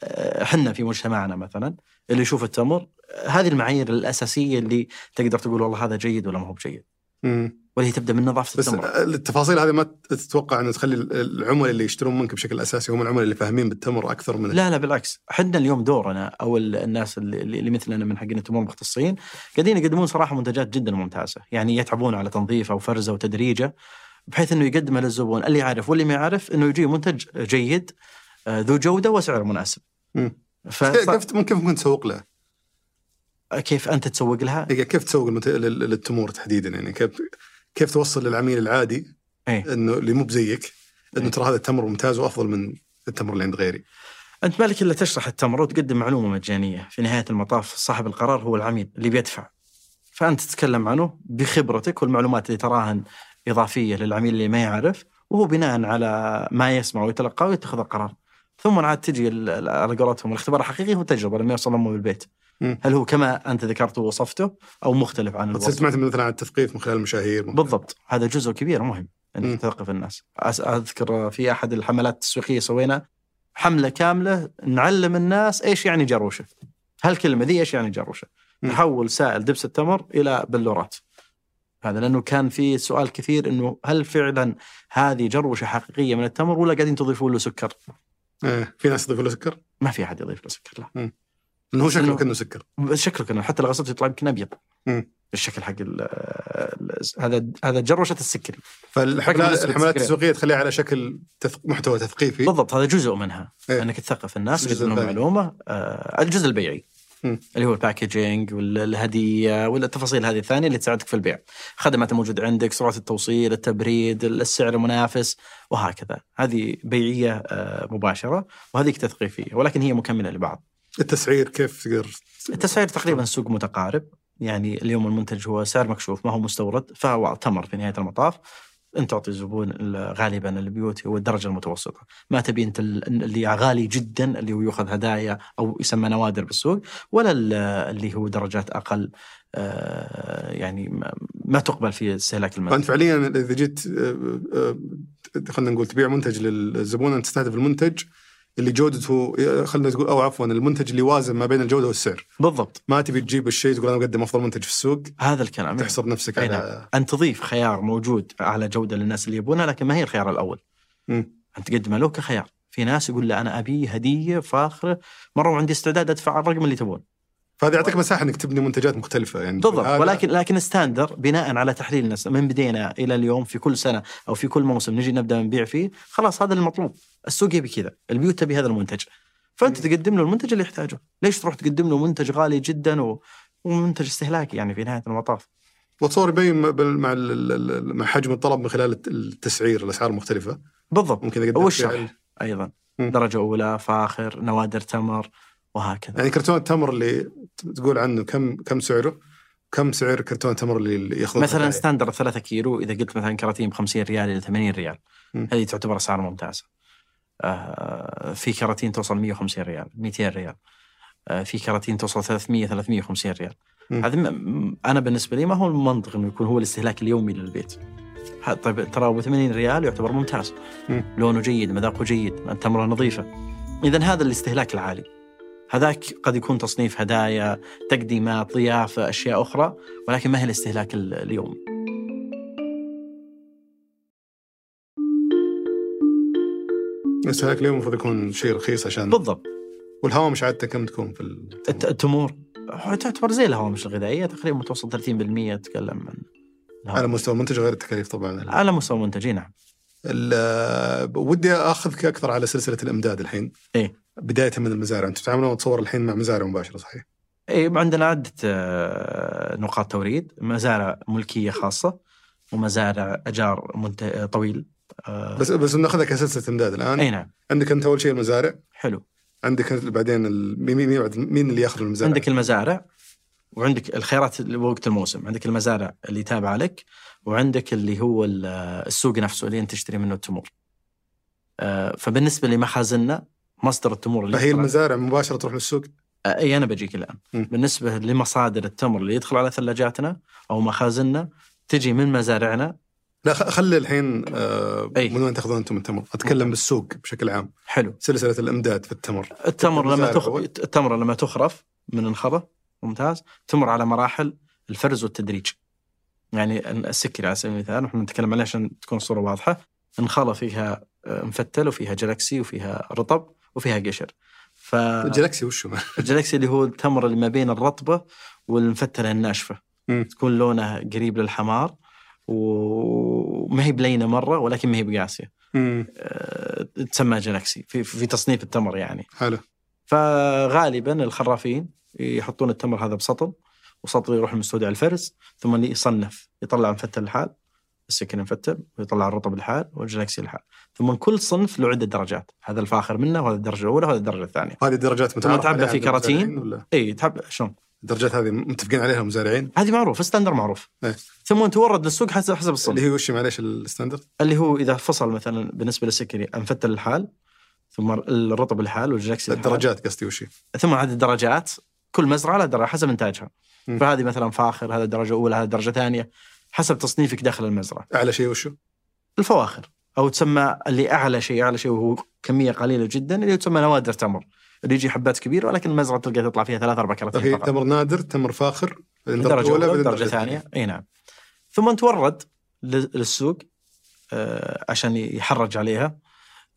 Speaker 1: آه، احنا في مجتمعنا مثلا اللي يشوف التمر آه، هذه المعايير الاساسيه اللي تقدر تقول والله هذا جيد ولا ما هو بجيد
Speaker 2: مم.
Speaker 1: واللي هي تبدا من نظافه
Speaker 2: بس
Speaker 1: التمر
Speaker 2: التفاصيل هذه ما تتوقع انه تخلي العملاء اللي يشترون منك بشكل اساسي هم العملاء اللي فاهمين بالتمر اكثر من
Speaker 1: لا لا بالعكس احنا اليوم دورنا او ال- الناس اللي, اللي مثلنا من حقين التمور المختصين قاعدين يقدمون صراحه منتجات جدا ممتازه يعني يتعبون على تنظيفه وفرزه وتدريجه بحيث انه يقدمه للزبون اللي يعرف واللي ما يعرف انه يجي منتج جيد آه، ذو جوده وسعر مناسب
Speaker 2: مم.
Speaker 1: فكيف
Speaker 2: كيف ممكن ممكن تسوق له؟
Speaker 1: كيف انت تسوق لها؟
Speaker 2: يعني كيف تسوق المت... لل- للتمور تحديدا يعني كيف كيف توصل للعميل العادي
Speaker 1: إيه.
Speaker 2: انه اللي مو بزيك انه
Speaker 1: إيه.
Speaker 2: ترى هذا التمر ممتاز وافضل من التمر اللي عند غيري.
Speaker 1: انت مالك الا تشرح التمر وتقدم معلومه مجانيه، في نهايه المطاف صاحب القرار هو العميل اللي بيدفع. فانت تتكلم عنه بخبرتك والمعلومات اللي تراهن اضافيه للعميل اللي ما يعرف وهو بناء على ما يسمع ويتلقاه ويتخذ القرار. ثم عاد تجي ال- ال- على قولتهم الاختبار الحقيقي هو التجربه لما يوصل امه بالبيت.
Speaker 2: مم.
Speaker 1: هل هو كما انت ذكرته ووصفته او مختلف عن
Speaker 2: تصير
Speaker 1: الوصف؟
Speaker 2: سمعت مثلا عن التثقيف من خلال المشاهير من-
Speaker 1: بالضبط هذا جزء كبير مهم
Speaker 2: مم.
Speaker 1: انك تثقف الناس أس- اذكر في احد الحملات التسويقيه سوينا حمله كامله نعلم الناس ايش يعني جروشه هالكلمه ذي ايش يعني جروشه
Speaker 2: مم.
Speaker 1: تحول سائل دبس التمر الى بلورات هذا لانه كان في سؤال كثير انه هل فعلا هذه جروشه حقيقيه من التمر ولا قاعدين تضيفون له سكر؟
Speaker 2: إيه. في ناس يضيفوا له سكر
Speaker 1: ما في احد يضيف له سكر لا
Speaker 2: انه هو شكله
Speaker 1: إنه-
Speaker 2: كانه سكر.
Speaker 1: بس شكله كانه حتى لو غسلته يطلع يمكن ابيض
Speaker 2: مم.
Speaker 1: الشكل حق ال- ال- هذا هذا جروشه السكري حكم
Speaker 2: فالحملات
Speaker 1: نسبة
Speaker 2: الحملات
Speaker 1: السكر.
Speaker 2: التسويقيه تخليها على شكل تث... محتوى تثقيفي
Speaker 1: بالضبط هذا جزء منها
Speaker 2: إيه.
Speaker 1: إيه؟ انك تثقف الناس
Speaker 2: الجزء
Speaker 1: جزء من
Speaker 2: الثاني.
Speaker 1: المعلومه آه الجزء البيعي
Speaker 2: مم.
Speaker 1: اللي هو الباكجينج والهديه والتفاصيل هذه الثانيه اللي تساعدك في البيع خدمات الموجوده عندك سرعه التوصيل التبريد السعر المنافس وهكذا هذه بيعيه آه مباشره وهذيك تثقيفيه ولكن هي مكمله لبعض
Speaker 2: التسعير كيف تقدر
Speaker 1: التسعير تقريبا السوق متقارب يعني اليوم المنتج هو سعر مكشوف ما هو مستورد فهو تمر في نهايه المطاف انت تعطي الزبون ال- غالبا البيوت هو الدرجه المتوسطه، ما تبي انت ال- اللي غالي جدا اللي هو يؤخذ هدايا او يسمى نوادر بالسوق، ولا ال- اللي هو درجات اقل آه، يعني ما- ما تقبل في استهلاك المال.
Speaker 2: فانت فعليا اذا جيت آه، آه، خلينا نقول تبيع منتج للزبون انت تستهدف المنتج اللي جودته خلينا نقول او عفوا المنتج اللي يوازن ما بين الجوده والسعر
Speaker 1: بالضبط
Speaker 2: ما تبي تجيب الشيء تقول انا مقدم افضل منتج في السوق
Speaker 1: هذا الكلام
Speaker 2: تحصر نفسك
Speaker 1: أي نعم.
Speaker 2: على
Speaker 1: ان تضيف خيار موجود على جوده للناس اللي يبونها لكن ما هي الخيار الاول
Speaker 2: مم.
Speaker 1: ان تقدمه له كخيار في ناس يقول لا انا ابي هديه فاخره مره وعندي استعداد ادفع على الرقم اللي تبون
Speaker 2: فهذا يعطيك مساحه انك تبني منتجات مختلفه يعني
Speaker 1: بالضبط
Speaker 2: هذا-
Speaker 1: ولكن لكن ستاندر بناء على تحليل الناس من بدينا الى اليوم في كل سنه او في كل موسم نجي نبدا نبيع فيه خلاص هذا المطلوب السوق يبي كذا البيوت تبي هذا المنتج فانت تقدم له المنتج اللي يحتاجه ليش تروح تقدم له منتج غالي جدا و... ومنتج استهلاكي يعني في نهايه المطاف
Speaker 2: وتصور يبين بال- مع ال- ال- ال- مع حجم الطلب من خلال الت- التسعير الاسعار المختلفه
Speaker 1: بالضبط
Speaker 2: ممكن يعني- يقدم فيها-
Speaker 1: والشرح ايضا
Speaker 2: مم.
Speaker 1: درجه اولى فاخر نوادر تمر وهكذا
Speaker 2: يعني كرتون التمر اللي ت- تقول عنه كم كم سعره كم سعر كرتون التمر اللي- اللي ياخذونه
Speaker 1: مثلا ستاندر 3 كيلو اذا قلت مثلا كراتين ب 50 ريال الى 80 ريال
Speaker 2: مم.
Speaker 1: هذه تعتبر اسعار ممتازه آه، في كراتين توصل 150 ريال 200 ريال آه، في كراتين توصل 300 350 ريال
Speaker 2: مم.
Speaker 1: هذا م- انا بالنسبه لي ما هو المنطق انه يكون هو الاستهلاك اليومي للبيت ه- طيب ترى ب 80 ريال يعتبر ممتاز
Speaker 2: مم.
Speaker 1: لونه جيد مذاقه جيد التمره نظيفه اذا هذا الاستهلاك العالي هذاك قد يكون تصنيف هدايا تقديمات ضيافه اشياء اخرى ولكن ما هي الاستهلاك ال- اليومي
Speaker 2: استهلاك اليوم المفروض يكون شيء رخيص عشان
Speaker 1: بالضبط
Speaker 2: والهوامش عادته كم تكون في ال...
Speaker 1: الت- التمور هو تعتبر زي الهوامش الغذائيه تقريبا متوسط 30% تتكلم عن آه.
Speaker 2: على مستوى المنتج غير التكاليف طبعا
Speaker 1: على مستوى المنتجين نعم
Speaker 2: ال- ودي اخذك اكثر على سلسله الامداد الحين
Speaker 1: إيه.
Speaker 2: بدايه من المزارع انتم تتعاملون اتصور الحين مع مزارع مباشره صحيح؟
Speaker 1: اي عندنا عده آه، نقاط توريد مزارع ملكيه خاصه ومزارع اجار منت... طويل آه،
Speaker 2: بس بس ناخذها كسلسله امداد الان
Speaker 1: اي نعم
Speaker 2: عندك انت اول شيء المزارع
Speaker 1: حلو
Speaker 2: عندك بعدين ال... مين- مين بعد- مين اللي ياخذ المزارع؟
Speaker 1: عندك المزارع وعندك الخيارات اللي وقت الموسم عندك المزارع اللي تابعه لك وعندك اللي هو ال- السوق نفسه اللي انت تشتري منه التمور آه، فبالنسبه لمخازننا مصدر التمور اللي
Speaker 2: فهي
Speaker 1: يطلع-
Speaker 2: المزارع مباشره تروح للسوق
Speaker 1: اي انا بجيك الان
Speaker 2: مم.
Speaker 1: بالنسبه لمصادر التمر اللي يدخل على ثلاجاتنا او مخازننا تجي من مزارعنا
Speaker 2: لا خ- خلي الحين آه
Speaker 1: أي.
Speaker 2: من وين تاخذون انتم التمر؟
Speaker 1: آه.
Speaker 2: اتكلم بالسوق بشكل عام
Speaker 1: حلو
Speaker 2: سلسله الامداد في التمر
Speaker 1: التمر لما
Speaker 2: المزارع
Speaker 1: تخ...
Speaker 2: أول.
Speaker 1: التمر لما تخرف من انخرة ممتاز تمر على مراحل الفرز والتدريج يعني السكري على سبيل المثال نحن نتكلم عليه عشان تكون الصوره واضحه انخرة فيها آه، مفتل وفيها جلاكسي وفيها رطب وفيها قشر ف
Speaker 2: الجلاكسي وشو
Speaker 1: الجلاكسي اللي هو التمر اللي ما بين الرطبه والمفتله الناشفه
Speaker 2: مم.
Speaker 1: تكون لونها قريب للحمار وما هي بلينه مره ولكن ما هي بقاسيه
Speaker 2: مم،
Speaker 1: أه، تسمى جلاكسي في, في تصنيف التمر يعني
Speaker 2: حلو
Speaker 1: فغالبا الخرافين يحطون التمر هذا بسطل وسطل يروح المستودع الفرز ثم يصنف يطلع مفتل الحال السكن مفتل ويطلع الرطب الحال والجلاكسي الحال ثم كل صنف له عده درجات هذا الفاخر منه وهذا الدرجه الاولى وهذا الدرجه الثانيه
Speaker 2: هذه الدرجات متعارف
Speaker 1: تعبى
Speaker 2: عليها
Speaker 1: في
Speaker 2: عند
Speaker 1: كراتين.
Speaker 2: المزارعين ولا
Speaker 1: اي تحب شلون
Speaker 2: الدرجات هذه متفقين عليها المزارعين
Speaker 1: هذه معروف ستاندر معروف
Speaker 2: إيه.
Speaker 1: ثم تورد للسوق حسب حسب
Speaker 2: اللي
Speaker 1: الصنف
Speaker 2: هي وش معليش الستاندرد
Speaker 1: اللي هو اذا فصل مثلا بالنسبه للسكري انفتل الحال ثم الرطب الحال والجلاكسي الحال
Speaker 2: الدرجات قصدي وش هي.
Speaker 1: ثم عدد الدرجات كل مزرعه لها درجه حسب انتاجها
Speaker 2: مم.
Speaker 1: فهذه مثلا فاخر هذا درجه اولى هذا درجه ثانيه حسب تصنيفك داخل المزرعه
Speaker 2: اعلى شيء وشو؟
Speaker 1: الفواخر او تسمى اللي اعلى شيء اعلى شيء وهو كميه قليله جدا اللي تسمى نوادر تمر اللي يجي حبات كبيره ولكن المزرعه تلقى تطلع فيها ثلاث اربع كراتين
Speaker 2: فهي
Speaker 1: فقط
Speaker 2: طيب، تمر نادر تمر فاخر بعدين
Speaker 1: درجه اولى
Speaker 2: بعدين
Speaker 1: ودرجه ثانيه اي نعم ثم تورد لل- للسوق آه، عشان يحرج عليها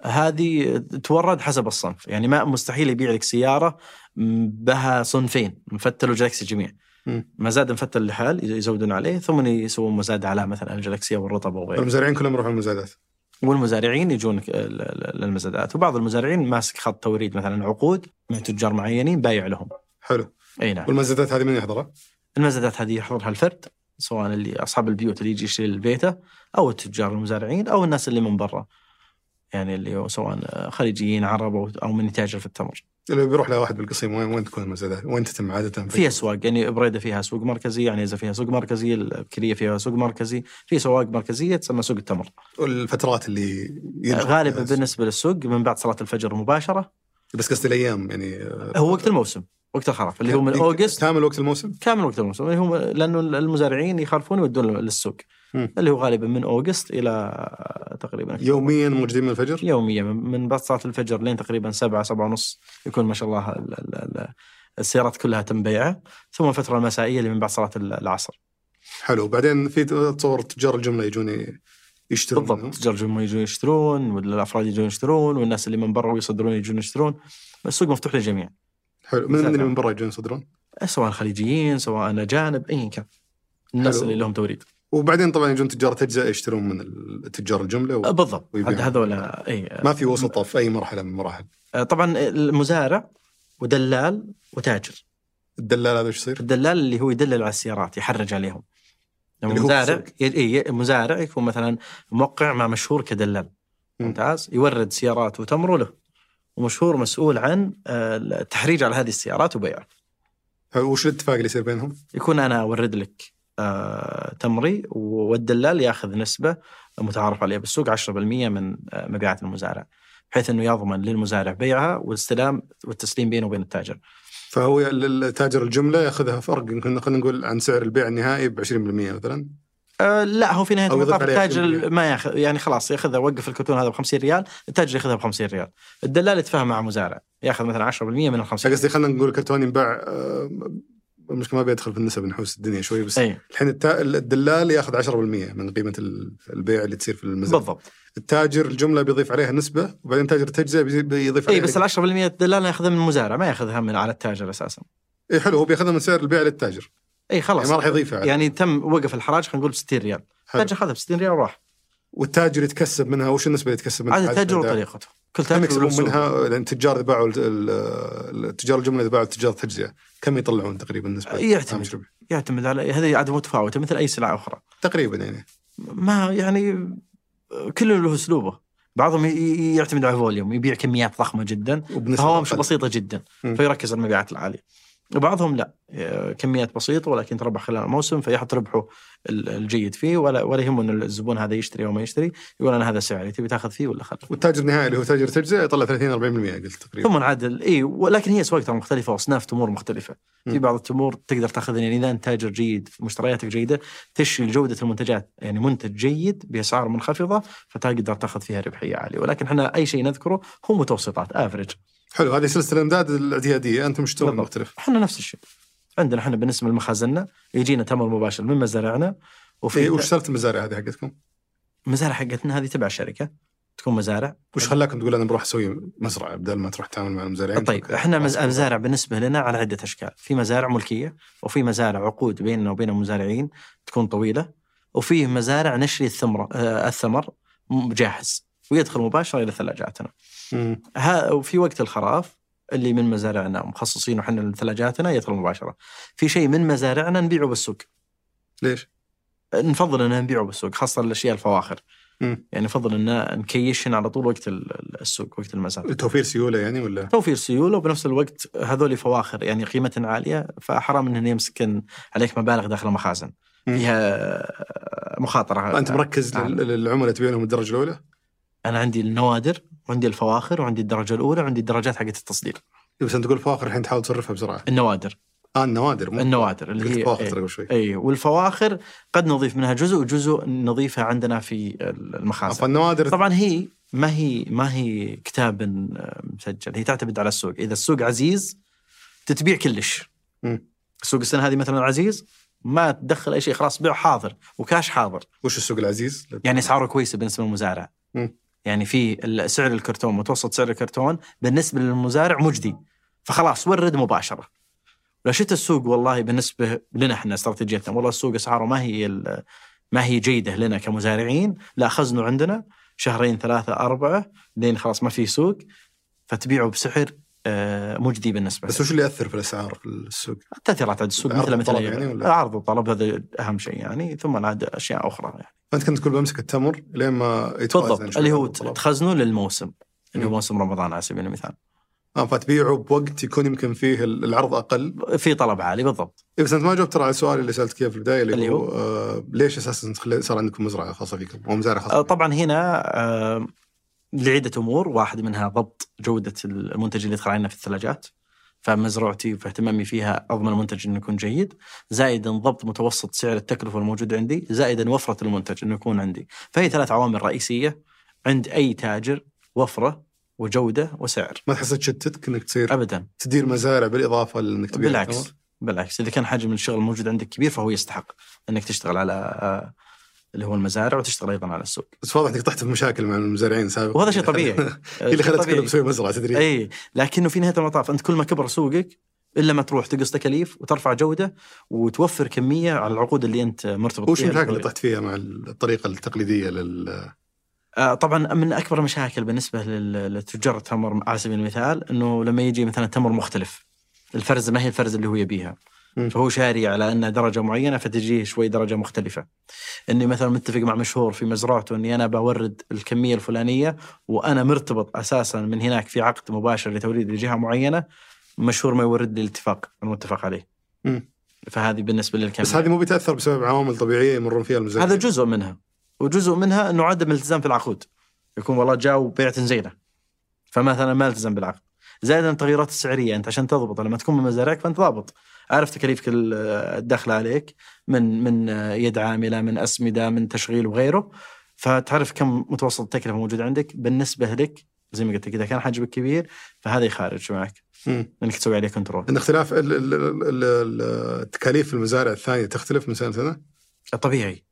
Speaker 1: هذه تورد حسب الصنف يعني ما مستحيل يبيع لك سياره م- بها صنفين مفتل وجلاكسي جميع
Speaker 2: مم.
Speaker 1: مزاد مفتل لحال يز- يزودون عليه ثم يسوون مزاد على مثلا الجلاكسيه والرطب وغيره
Speaker 2: المزارعين كلهم يروحون المزادات
Speaker 1: والمزارعين يجون ك- ل- ل- للمزادات وبعض المزارعين ماسك خط توريد مثلا عقود مع تجار معينين بايع لهم
Speaker 2: حلو
Speaker 1: اي نعم
Speaker 2: والمزادات هذه من يحضرها؟
Speaker 1: المزادات هذه يحضرها الفرد سواء اللي اصحاب البيوت اللي يجي يشتري لبيته او التجار المزارعين او الناس اللي من برا يعني اللي هو سواء خليجيين عرب أو- او من يتاجر في التمر
Speaker 2: اللي بيروح لها واحد بالقصيم وين وين تكون المزادات؟ وين تتم عاده؟
Speaker 1: في اسواق يعني بريده فيها سوق مركزي يعني اذا فيها سوق مركزي البكريه فيها سوق مركزي في سواق مركزيه تسمى سوق التمر
Speaker 2: والفترات اللي ينشط
Speaker 1: غالبا
Speaker 2: فيها السوق.
Speaker 1: بالنسبه للسوق من بعد صلاه الفجر مباشره
Speaker 2: بس قصدي الايام يعني آه،
Speaker 1: هو وقت الموسم وقت الخرف اللي هو من اوجست
Speaker 2: كامل وقت الموسم
Speaker 1: كامل وقت الموسم اللي هو لانه المزارعين يخالفون يودون للسوق
Speaker 2: مم.
Speaker 1: اللي هو غالبا من اوجست الى تقريبا أكتوبر.
Speaker 2: يوميا موجودين من الفجر
Speaker 1: يوميا من- من بعد صلاه الفجر لين تقريبا سبعة سبعة ونص يكون ما شاء الله ال- ال- ال- السيارات كلها تم بيعها ثم الفتره المسائيه اللي من بعد صلاه ال- العصر
Speaker 2: حلو بعدين في تصور تجار الجمله يجون يشترون
Speaker 1: بالضبط
Speaker 2: منهم.
Speaker 1: التجار يجون يجون يشترون والافراد يجون يشترون والناس اللي من برا ويصدرون يجون يشترون السوق مفتوح للجميع
Speaker 2: حلو من من
Speaker 1: بالضبط.
Speaker 2: اللي من برا يجون يصدرون
Speaker 1: سواء خليجيين سواء اجانب ايا كان الناس
Speaker 2: حلو.
Speaker 1: اللي لهم توريد
Speaker 2: وبعدين طبعا يجون تجار تجزئه يشترون من التجار الجمله و...
Speaker 1: بالضبط
Speaker 2: ويبيعون.
Speaker 1: عاد هذولا إيه. اي
Speaker 2: ما في وسطه في اي مرحله من المراحل
Speaker 1: آه، طبعا المزارع ودلال وتاجر
Speaker 2: الدلال هذا ايش يصير؟
Speaker 1: الدلال اللي هو يدلل على السيارات يحرج عليهم لما
Speaker 2: اللي هو في
Speaker 1: مزارع
Speaker 2: السوق.
Speaker 1: ي- إي، مزارع يكون مثلا موقع مع مشهور كدلال
Speaker 2: مم.
Speaker 1: ممتاز يورد سيارات وتمر له ومشهور مسؤول عن آه، التحريج على هذه السيارات وبيعها
Speaker 2: حلو، وش الاتفاق اللي يصير بينهم؟
Speaker 1: يكون انا اورد لك آه، تمري والدلال ياخذ نسبه متعارف عليها بالسوق 10% من آه، مبيعات المزارع بحيث انه يضمن للمزارع بيعها والاستلام والتسليم بينه وبين التاجر
Speaker 2: فهو ال- التاجر الجمله ياخذها فرق يمكن خلينا نقول عن سعر البيع النهائي ب 20% مثلا
Speaker 1: أه لا هو في نهايه
Speaker 2: أو يضيف
Speaker 1: المطاف
Speaker 2: عليها
Speaker 1: التاجر
Speaker 2: 20%.
Speaker 1: ما ياخذ يعني خلاص ياخذها وقف الكرتون هذا ب 50 ريال التاجر ياخذها ب 50 ريال الدلال يتفاهم مع مزارع ياخذ مثلا 10% من ال 50
Speaker 2: قصدي خلينا نقول كرتون ينباع آه، المشكله ما بيدخل في النسب نحوس الدنيا شوي بس
Speaker 1: اي
Speaker 2: الحين التا... الدلال ياخذ 10% من قيمه ال- البيع اللي تصير في المزرعه
Speaker 1: بالضبط
Speaker 2: التاجر الجمله بيضيف عليها نسبه وبعدين تاجر التجزئه بيزي- بيضيف
Speaker 1: اي
Speaker 2: عليها
Speaker 1: إيه، بس ال 10% الدلال ياخذها من المزارع ما ياخذها من على التاجر اساسا
Speaker 2: إيه حلو هو بياخذها من سعر البيع للتاجر
Speaker 1: اي
Speaker 2: يعني
Speaker 1: خلاص
Speaker 2: ما راح يضيفها عليه.
Speaker 1: يعني تم وقف الحراج خلينا نقول ب 60 ريال
Speaker 2: حلو.
Speaker 1: التاجر اخذها ب 60 ريال وراح
Speaker 2: والتاجر يتكسب منها وش النسبه اللي يتكسب منها
Speaker 1: عاد التاجر
Speaker 2: الأداء؟
Speaker 1: وطريقته كل
Speaker 2: كم
Speaker 1: تاجر وله
Speaker 2: يكسبون
Speaker 1: سوق.
Speaker 2: منها لان التجار اللي باعوا ال- ال- التجار الجمله اللي باعوا تجار التجزئه كم يطلعون تقريبا نسبه
Speaker 1: يعتمد.
Speaker 2: هامش ربح؟
Speaker 1: يعتمد على هذه عاد متفاوته مثل اي سلعه اخرى
Speaker 2: تقريبا يعني
Speaker 1: ما يعني كل له اسلوبه بعضهم ي- ي- يعتمد على الفوليوم يبيع كميات ضخمه جدا
Speaker 2: وبنسبه
Speaker 1: هوامش
Speaker 2: أقل.
Speaker 1: بسيطه جدا
Speaker 2: مم.
Speaker 1: فيركز على المبيعات العاليه وبعضهم لا آه، كميات بسيطه ولكن تربح خلال الموسم فيحط ربحه ال- الجيد فيه ولا ولا يهمه ان الزبون هذا يشتري او ما يشتري يقول انا هذا سعري تبي تاخذ فيه ولا خلاص
Speaker 2: والتاجر النهائي اللي هو تاجر التجزئه يطلع 30 40% قلت تقريبا
Speaker 1: ثم عاد اي ولكن هي اسواق ترى مختلفه واصناف تمور مختلفه
Speaker 2: مم.
Speaker 1: في بعض التمور تقدر تاخذ يعني اذا انت تاجر جيد مشترياتك جيده تشري جوده المنتجات يعني منتج جيد باسعار منخفضه فتقدر تاخذ فيها ربحيه عاليه ولكن احنا اي شيء نذكره هو متوسطات افرج
Speaker 2: حلو هذه سلسله الامداد الاعتياديه انتم ايش تسوون
Speaker 1: بالضبط.
Speaker 2: مختلف؟
Speaker 1: احنا نفس الشيء عندنا احنا بالنسبه لمخازننا يجينا تمر مباشر من مزارعنا
Speaker 2: إيه،
Speaker 1: وفي
Speaker 2: وش سالفه المزارع هذه حقتكم؟
Speaker 1: مزارع حقتنا هذه تبع شركه تكون مزارع
Speaker 2: وش خلاكم تقول انا بروح اسوي مزرعه بدل ما تروح تتعامل مع المزارعين؟
Speaker 1: طيب احنا مز- المزارع بالنسبه لنا على عده اشكال، في مزارع ملكيه وفي مزارع عقود بيننا وبين المزارعين تكون طويله وفي مزارع نشري الثمره آه، الثمر م- جاهز ويدخل مباشره الى ثلاجاتنا.
Speaker 2: مم.
Speaker 1: ها- وفي وقت الخراف اللي من مزارعنا مخصصين وحنا ثلاجاتنا يدخل مباشره. في شيء من مزارعنا نبيعه بالسوق،
Speaker 2: ليش؟
Speaker 1: نفضل ان نبيعه بالسوق خاصه الاشياء الفواخر.
Speaker 2: مم.
Speaker 1: يعني نفضل ان نكيشهن على طول وقت ال- ال- السوق وقت المزارع.
Speaker 2: توفير سيوله يعني ولا؟
Speaker 1: توفير سيوله وبنفس الوقت هذول فواخر يعني قيمتهم عاليه فحرام انهم يمسكن عليك مبالغ داخل المخازن
Speaker 2: مم.
Speaker 1: فيها مخاطره
Speaker 2: انت مركز
Speaker 1: نعم.
Speaker 2: لل- للعملاء تبيع لهم الدرجه الاولى؟
Speaker 1: انا عندي النوادر وعندي الفواخر وعندي الدرجه الاولى وعندي الدرجات حقت التصدير
Speaker 2: بس انت تقول فاخر الحين تحاول تصرفها بسرعه
Speaker 1: النوادر
Speaker 2: اه النوادر مو
Speaker 1: النوادر اللي
Speaker 2: قلت
Speaker 1: هي
Speaker 2: فاخر
Speaker 1: إيه.
Speaker 2: ترى قبل شوي
Speaker 1: اي والفواخر قد نضيف منها جزء وجزء نضيفها عندنا في المخازن
Speaker 2: فالنوادر
Speaker 1: طبعا هي ما هي ما هي كتاب آه، مسجل هي تعتمد على السوق اذا السوق عزيز تتبيع كلش
Speaker 2: مم.
Speaker 1: سوق السنه هذه مثلا عزيز ما تدخل اي شيء خلاص بيع حاضر وكاش حاضر
Speaker 2: وش السوق العزيز؟
Speaker 1: يعني اسعاره كويسه بالنسبه للمزارع
Speaker 2: مم.
Speaker 1: يعني في ال- سعر الكرتون متوسط سعر الكرتون بالنسبه للمزارع مجدي فخلاص ورد مباشره لو شفت السوق والله بالنسبه لنا احنا استراتيجيتنا والله السوق اسعاره ما هي ال- ما هي جيده لنا كمزارعين لا خزنه عندنا شهرين ثلاثه اربعه لين خلاص ما في سوق فتبيعه بسعر آه، مجدي بالنسبه
Speaker 2: بس وش اللي ياثر في الاسعار في السوق؟
Speaker 1: التأثيرات على السوق
Speaker 2: العرض
Speaker 1: مثل مثل
Speaker 2: والطلب يعني ولا؟
Speaker 1: العرض والطلب هذا اهم شيء يعني ثم عاد اشياء اخرى يعني
Speaker 2: انت كنت تقول بمسك التمر لين ما يتوازن
Speaker 1: بالضبط
Speaker 2: شوي
Speaker 1: اللي هو
Speaker 2: هذا الطلب.
Speaker 1: تخزنه للموسم اللي هو
Speaker 2: مم.
Speaker 1: موسم رمضان على سبيل المثال
Speaker 2: آه فتبيعه بوقت يكون يمكن فيه ال- العرض اقل
Speaker 1: في طلب عالي بالضبط
Speaker 2: إيه بس انت ما جاوبت ترى على السؤال اللي سالتك اياه في البدايه اللي,
Speaker 1: اللي
Speaker 2: هو آه ليش اساسا خلي- صار عندكم مزرعه خاصه فيكم او مزارع خاصه
Speaker 1: آه،
Speaker 2: فيكم؟
Speaker 1: طبعا هنا آه، لعدة أمور واحد منها ضبط جودة المنتج اللي يدخل علينا في الثلاجات فمزروعتي فاهتمامي فيها اضمن المنتج انه يكون جيد زائدا ضبط متوسط سعر التكلفه الموجود عندي زائدا وفره المنتج انه يكون عندي فهي ثلاث عوامل رئيسيه عند اي تاجر وفره وجوده وسعر
Speaker 2: ما تحس تشتتك انك تصير
Speaker 1: ابدا
Speaker 2: تدير مزارع بالاضافه لانك تبيع التمر؟
Speaker 1: بالعكس بالعكس اذا كان حجم الشغل الموجود عندك كبير فهو يستحق انك تشتغل على آه، اللي هو المزارع وتشتغل ايضا على السوق
Speaker 2: بس واضح انك طحت في مشاكل مع المزارعين سابقا
Speaker 1: وهذا شيء طبيعي
Speaker 2: اللي
Speaker 1: شيء
Speaker 2: خلتك
Speaker 1: طبيعي.
Speaker 2: تسوي مزرعه تدري
Speaker 1: اي لكنه في نهايه المطاف انت كل ما كبر سوقك الا ما تروح تقص تكاليف وترفع جوده وتوفر كميه على العقود اللي انت مرتبط
Speaker 2: وش
Speaker 1: فيها
Speaker 2: المشاكل اللي طحت فيها مع الطريقه التقليديه لل
Speaker 1: آه، طبعا من اكبر المشاكل بالنسبه لل- لتجار التمر على سبيل المثال انه لما يجي مثلا تمر مختلف الفرز ما هي الفرز اللي هو يبيها
Speaker 2: مم.
Speaker 1: فهو شاري على انها درجه معينه فتجيه شوي درجه مختلفه اني مثلا متفق مع مشهور في مزرعته اني انا بورد الكميه الفلانيه وانا مرتبط اساسا من هناك في عقد مباشر لتوريد لجهه معينه مشهور ما يورد لي الاتفاق المتفق عليه
Speaker 2: مم.
Speaker 1: فهذه بالنسبه للكميه
Speaker 2: بس هذه مو بتاثر بسبب عوامل طبيعيه يمرون فيها المزارعين
Speaker 1: هذا جزء منها وجزء منها انه عدم الالتزام في العقود يكون والله جاء وبيعة زينه فمثلا ما التزم بالعقد زائدا التغييرات السعريه انت عشان تضبط لما تكون من مزارعك فانت ضابط عارف تكاليفك ال- الداخله عليك من من يد عامله من اسمده من تشغيل وغيره فتعرف كم متوسط التكلفه موجود عندك بالنسبه لك زي ما قلت لك اذا كان حجمك كبير فهذا يخارج معك
Speaker 2: مم.
Speaker 1: انك تسوي عليه كنترول
Speaker 2: ان اختلاف ال- ال- ال- ال- التكاليف المزارع الثانيه تختلف من سنه لسنه
Speaker 1: طبيعي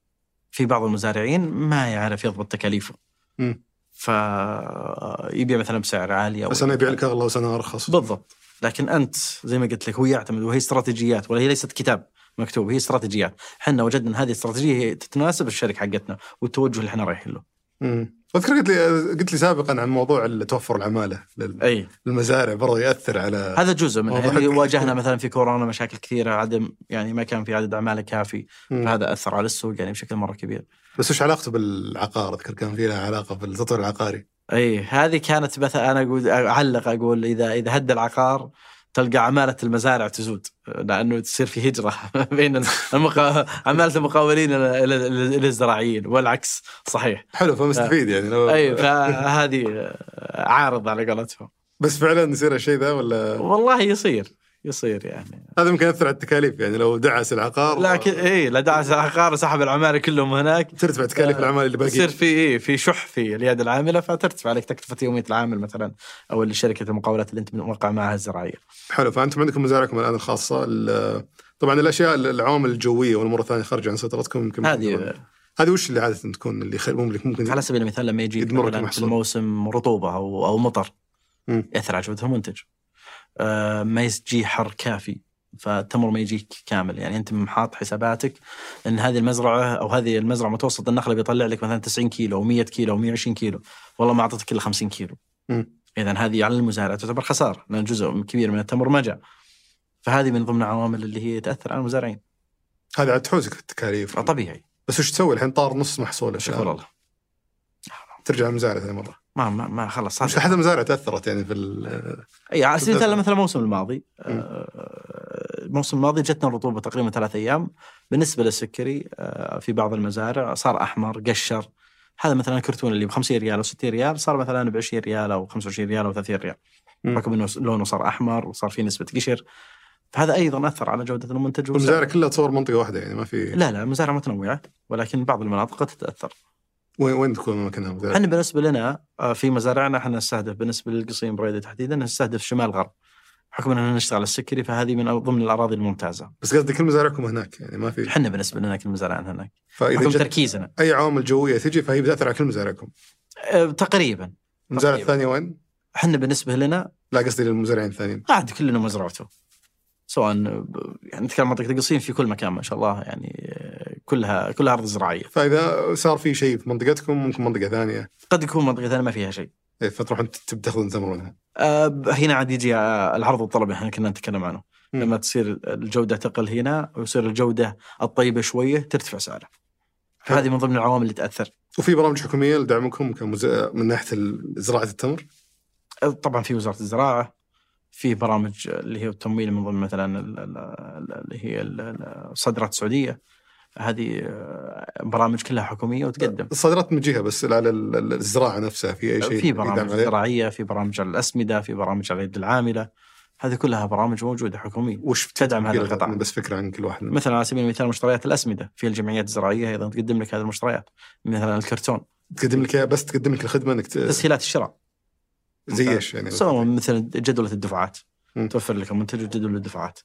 Speaker 1: في بعض المزارعين ما يعرف يضبط تكاليفه
Speaker 2: مم.
Speaker 1: ف يبيع مثلا بسعر عالي أو
Speaker 2: بس انا ابيع لك اغلى وسنه ارخص
Speaker 1: بالضبط لكن انت زي ما قلت لك هو يعتمد وهي استراتيجيات ولا هي ليست كتاب مكتوب هي استراتيجيات احنا وجدنا ان هذه الاستراتيجيه هي تتناسب الشركه حقتنا والتوجه اللي احنا رايحين له
Speaker 2: مم. اذكر قلت لي قلت لي سابقا عن موضوع ال- توفر العماله لل-
Speaker 1: اي
Speaker 2: للمزارع برضه ياثر على
Speaker 1: هذا جزء منها
Speaker 2: واضح.
Speaker 1: يعني واجهنا مثلا في كورونا مشاكل كثيره عدم يعني ما كان في عدد عماله كافي
Speaker 2: مم.
Speaker 1: فهذا اثر على السوق يعني بشكل مره كبير
Speaker 2: بس وش علاقته بالعقار اذكر كان في لها علاقه بالتطوير العقاري
Speaker 1: اي هذه كانت مثلا انا اقول اعلق اقول اذا اذا هد العقار تلقى عماله المزارع تزود لانه تصير في هجره بين المق... عماله المقاولين الى الى- الى- الى الزراعيين والعكس صحيح
Speaker 2: حلو فمستفيد يعني لو
Speaker 1: اي فهذه عارض على قولتهم
Speaker 2: بس فعلا يصير الشيء ذا ولا
Speaker 1: والله يصير يصير يعني
Speaker 2: هذا ممكن ياثر على التكاليف يعني لو دعس العقار
Speaker 1: لكن اي لا داعي العقار سحب العماله كلهم هناك
Speaker 2: ترتفع تكاليف
Speaker 1: آه،
Speaker 2: العمل اللي باقي
Speaker 1: يصير في إيه في شح في اليد العامله فترتفع عليك تكلفه يوميه العامل مثلا او شركه المقاولات اللي انت موقع معها الزراعيه
Speaker 2: حلو فانتم عندكم مزارعكم الان الخاصه ال- طبعا الاشياء العوامل الجويه والامور الثانيه خارجه عن سيطرتكم يمكن
Speaker 1: هذه
Speaker 2: هذه وش اللي عاده تكون اللي خل... ممكن ممكن
Speaker 1: على سبيل المثال لما يجيك
Speaker 2: يدمرك
Speaker 1: مثلا
Speaker 2: المحصول.
Speaker 1: الموسم رطوبه او او مطر
Speaker 2: مم.
Speaker 1: ياثر على جوده المنتج. آه ما يجي حر كافي فالتمر ما يجيك كامل يعني انت محاط حساباتك ان هذه المزرعه او هذه المزرعه متوسط النخله بيطلع لك مثلا 90 كيلو او 100 كيلو او 120 كيلو والله ما اعطتك الا 50 كيلو.
Speaker 2: مم.
Speaker 1: اذا هذه على المزارع تعتبر خساره لان جزء كبير من التمر ما جاء. فهذه من ضمن العوامل اللي هي تاثر على المزارعين.
Speaker 2: هذه عاد تحوزك التكاليف
Speaker 1: طبيعي
Speaker 2: بس وش تسوي الحين طار نص محصوله
Speaker 1: شكر الله
Speaker 2: ترجع المزارع ثاني مره
Speaker 1: ما ما, ما خلاص
Speaker 2: مش احد المزارع تاثرت يعني في ال-
Speaker 1: اي إيه، على سبيل المثال
Speaker 2: بالضبط.
Speaker 1: مثلا الموسم الماضي
Speaker 2: مم.
Speaker 1: آه، الموسم الماضي جتنا الرطوبه تقريبا ثلاث ايام بالنسبه للسكري آه، في بعض المزارع صار احمر قشر هذا مثلا الكرتون اللي ب 50 ريال او 60 ريال صار مثلا ب 20 ريال او 25 ريال او 30 ريال
Speaker 2: مم.
Speaker 1: رغم انه لونه صار احمر وصار فيه نسبه قشر فهذا ايضا اثر على جوده المنتج والسعر.
Speaker 2: المزارع كلها تصور منطقه واحده يعني ما في
Speaker 1: لا لا المزارع متنوعه ولكن بعض المناطق تتاثر
Speaker 2: وين وين تكون مكانها المزارع؟
Speaker 1: احنا بالنسبه لنا آه، في مزارعنا احنا نستهدف بالنسبه للقصيم بريده تحديدا نستهدف شمال غرب حكم اننا نشتغل على السكري فهذه من ضمن الاراضي الممتازه
Speaker 2: بس قصدي كل مزارعكم هناك يعني ما في
Speaker 1: احنا بالنسبه لنا كل مزارعنا هناك
Speaker 2: فاذا
Speaker 1: حكم
Speaker 2: جت
Speaker 1: تركيزنا
Speaker 2: اي عوامل جويه تجي فهي بتاثر على كل مزارعكم
Speaker 1: آه، تقريبا
Speaker 2: المزارع
Speaker 1: طيب.
Speaker 2: الثاني وين؟
Speaker 1: احنا بالنسبه لنا
Speaker 2: لا قصدي للمزارعين الثانيين
Speaker 1: قاعد كلنا مزرعته سواء آه، يعني نتكلم عن منطقه القصيم في كل مكان ما شاء الله يعني آه، كلها كلها ارض زراعيه
Speaker 2: فاذا صار في شيء في منطقتكم ممكن منطقه ثانيه
Speaker 1: قد يكون منطقه ثانيه ما فيها شيء
Speaker 2: إيه، فتروح انت تب- تاخذون تمر منها
Speaker 1: آه، هنا عاد يجي آه، العرض والطلب اللي احنا كنا نتكلم عنه
Speaker 2: مم.
Speaker 1: لما تصير الجوده تقل هنا ويصير الجوده الطيبه شويه ترتفع سعرها
Speaker 2: حلو.
Speaker 1: هذه من ضمن العوامل اللي تاثر
Speaker 2: وفي برامج حكوميه لدعمكم كمز... من ناحيه ال- زراعه التمر
Speaker 1: آه، طبعا في وزاره الزراعه في برامج اللي هي التمويل من ضمن مثلا ال- ال- ال- اللي هي ال- ال- الصادرات السعوديه هذه آه، برامج كلها حكوميه وتقدم
Speaker 2: الصادرات من جهه بس على ال- ال- الزراعه نفسها في اي شيء
Speaker 1: في
Speaker 2: يدعم
Speaker 1: برامج
Speaker 2: عليه؟
Speaker 1: زراعيه في برامج على الاسمده في برامج على اليد العامله هذه كلها برامج موجوده حكوميه
Speaker 2: وش
Speaker 1: تدعم هذا القطاع
Speaker 2: بس فكره عن كل واحد منهم.
Speaker 1: مثلا على سبيل المثال مشتريات الاسمده في الجمعيات الزراعيه ايضا تقدم لك هذه المشتريات مثلا الكرتون
Speaker 2: تقدم لك إياه بس تقدم لك الخدمه انك ت-
Speaker 1: تسهيلات الشراء
Speaker 2: زي ايش يعني
Speaker 1: سواء مثلا جدوله الدفعات
Speaker 2: مم.
Speaker 1: توفر لك المنتج وجدول الدفعات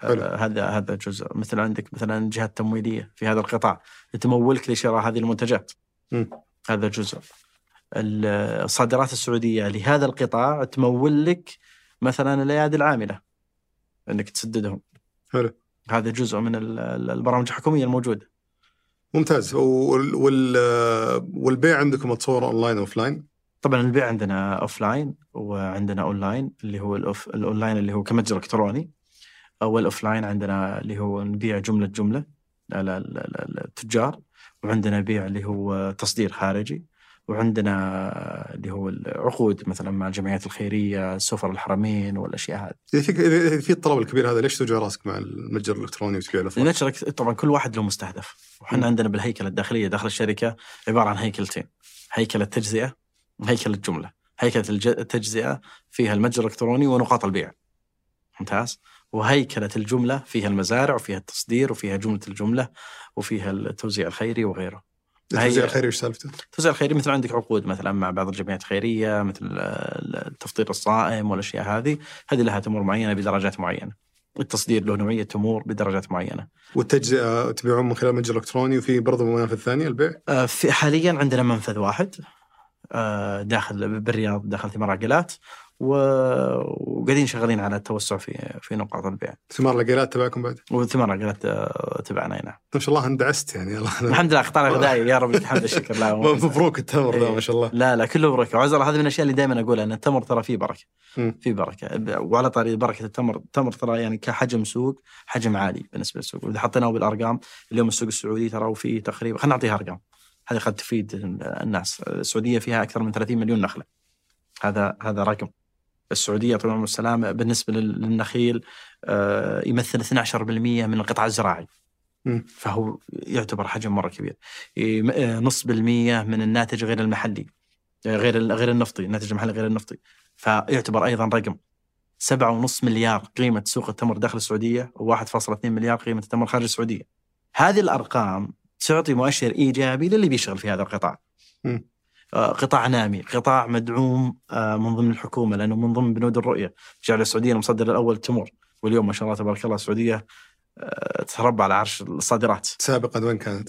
Speaker 2: حلو.
Speaker 1: آه، هذا هذا جزء مثل عندك مثلا جهات تمويليه في هذا القطاع تمولك لشراء هذه المنتجات
Speaker 2: مم.
Speaker 1: هذا جزء ال- الصادرات السعوديه لهذا القطاع تمول لك مثلا الايادي العامله انك تسددهم
Speaker 2: حلو.
Speaker 1: هذا جزء من ال- ال- البرامج الحكوميه الموجوده
Speaker 2: ممتاز وال... وال... والبيع عندكم اتصور اونلاين اوف لاين
Speaker 1: طبعا البيع عندنا اوف لاين وعندنا اون لاين اللي هو الأوف- الاونلاين اللي هو كمتجر الكتروني والاوف لاين عندنا اللي هو نبيع جمله جمله على ال- ال- ال- التجار وعندنا بيع اللي هو تصدير خارجي وعندنا اللي هو العقود مثلا مع الجمعيات الخيريه سفر الحرمين والاشياء هذه
Speaker 2: اذا في اذا في الطلب الكبير هذا ليش توجع راسك مع المتجر الالكتروني وتبيع الافلام؟
Speaker 1: لنشر طبعا كل واحد له مستهدف
Speaker 2: مم.
Speaker 1: وحنا عندنا بالهيكله الداخليه داخل الشركه عباره عن هيكلتين هيكله تجزئه وهيكله جمله هيكله الج- التجزئه فيها المتجر الالكتروني ونقاط البيع ممتاز وهيكله الجمله فيها المزارع وفيها التصدير وفيها جمله الجمله وفيها التوزيع الخيري وغيره
Speaker 2: التوزيع
Speaker 1: هي-
Speaker 2: الخيري وش سالفته؟
Speaker 1: التوزيع الخيري مثل عندك عقود مثلا مع بعض الجمعيات الخيريه مثل آه، التفطير الصائم والاشياء هذه هذه لها تمور معينه بدرجات معينه التصدير له نوعيه تمور بدرجات معينه
Speaker 2: والتجزئه تبيعون من خلال متجر الكتروني وفي برضه منافذ ثاني البيع
Speaker 1: آه، في حاليا عندنا منفذ واحد آه، داخل بالرياض داخل ثمار عقلات و- وقاعدين شغالين على التوسع في في نقاط البيع
Speaker 2: ثمار القيلات تبعكم بعد
Speaker 1: وثمار عقلات آه، تبعنا هنا
Speaker 2: ما شاء الله اندعست يعني الله
Speaker 1: الحمد لله قطاع غذائي يا رب الحمد الشكر لا مو-
Speaker 2: مبروك التمر ده
Speaker 1: إيه.
Speaker 2: ما شاء الله
Speaker 1: لا لا كله بركه وعزرا هذه من الاشياء اللي دائما اقولها ان التمر ترى فيه بركه
Speaker 2: مم.
Speaker 1: فيه بركه وعلى طريق بركه التمر التمر ترى يعني كحجم سوق حجم عالي بالنسبه للسوق واذا حطيناه بالارقام اليوم السوق السعودي ترى وفيه تقريبا خلينا نعطيها ارقام هذه قد تفيد الناس السعوديه فيها اكثر من 30 مليون نخله هذا هذا رقم السعوديه طول عمر السلام بالنسبه لل- للنخيل آه، يمثل 12% من القطاع الزراعي
Speaker 2: مم.
Speaker 1: فهو يعتبر حجم مره كبير يم- آه، نص بالمية من الناتج غير المحلي آه، غير ال- غير النفطي الناتج المحلي غير النفطي فيعتبر ايضا رقم 7.5 مليار قيمه سوق التمر داخل السعوديه و1.2 مليار قيمه التمر خارج السعوديه هذه الارقام تعطي مؤشر ايجابي للي بيشتغل في هذا القطاع
Speaker 2: مم.
Speaker 1: آه، قطاع نامي قطاع مدعوم آه، من ضمن الحكومه لانه من ضمن بنود الرؤيه جعل السعوديه المصدر الاول للتمور واليوم ما شاء الله تبارك الله السعوديه آه، تتربع على عرش الصادرات
Speaker 2: سابقا وين كانت؟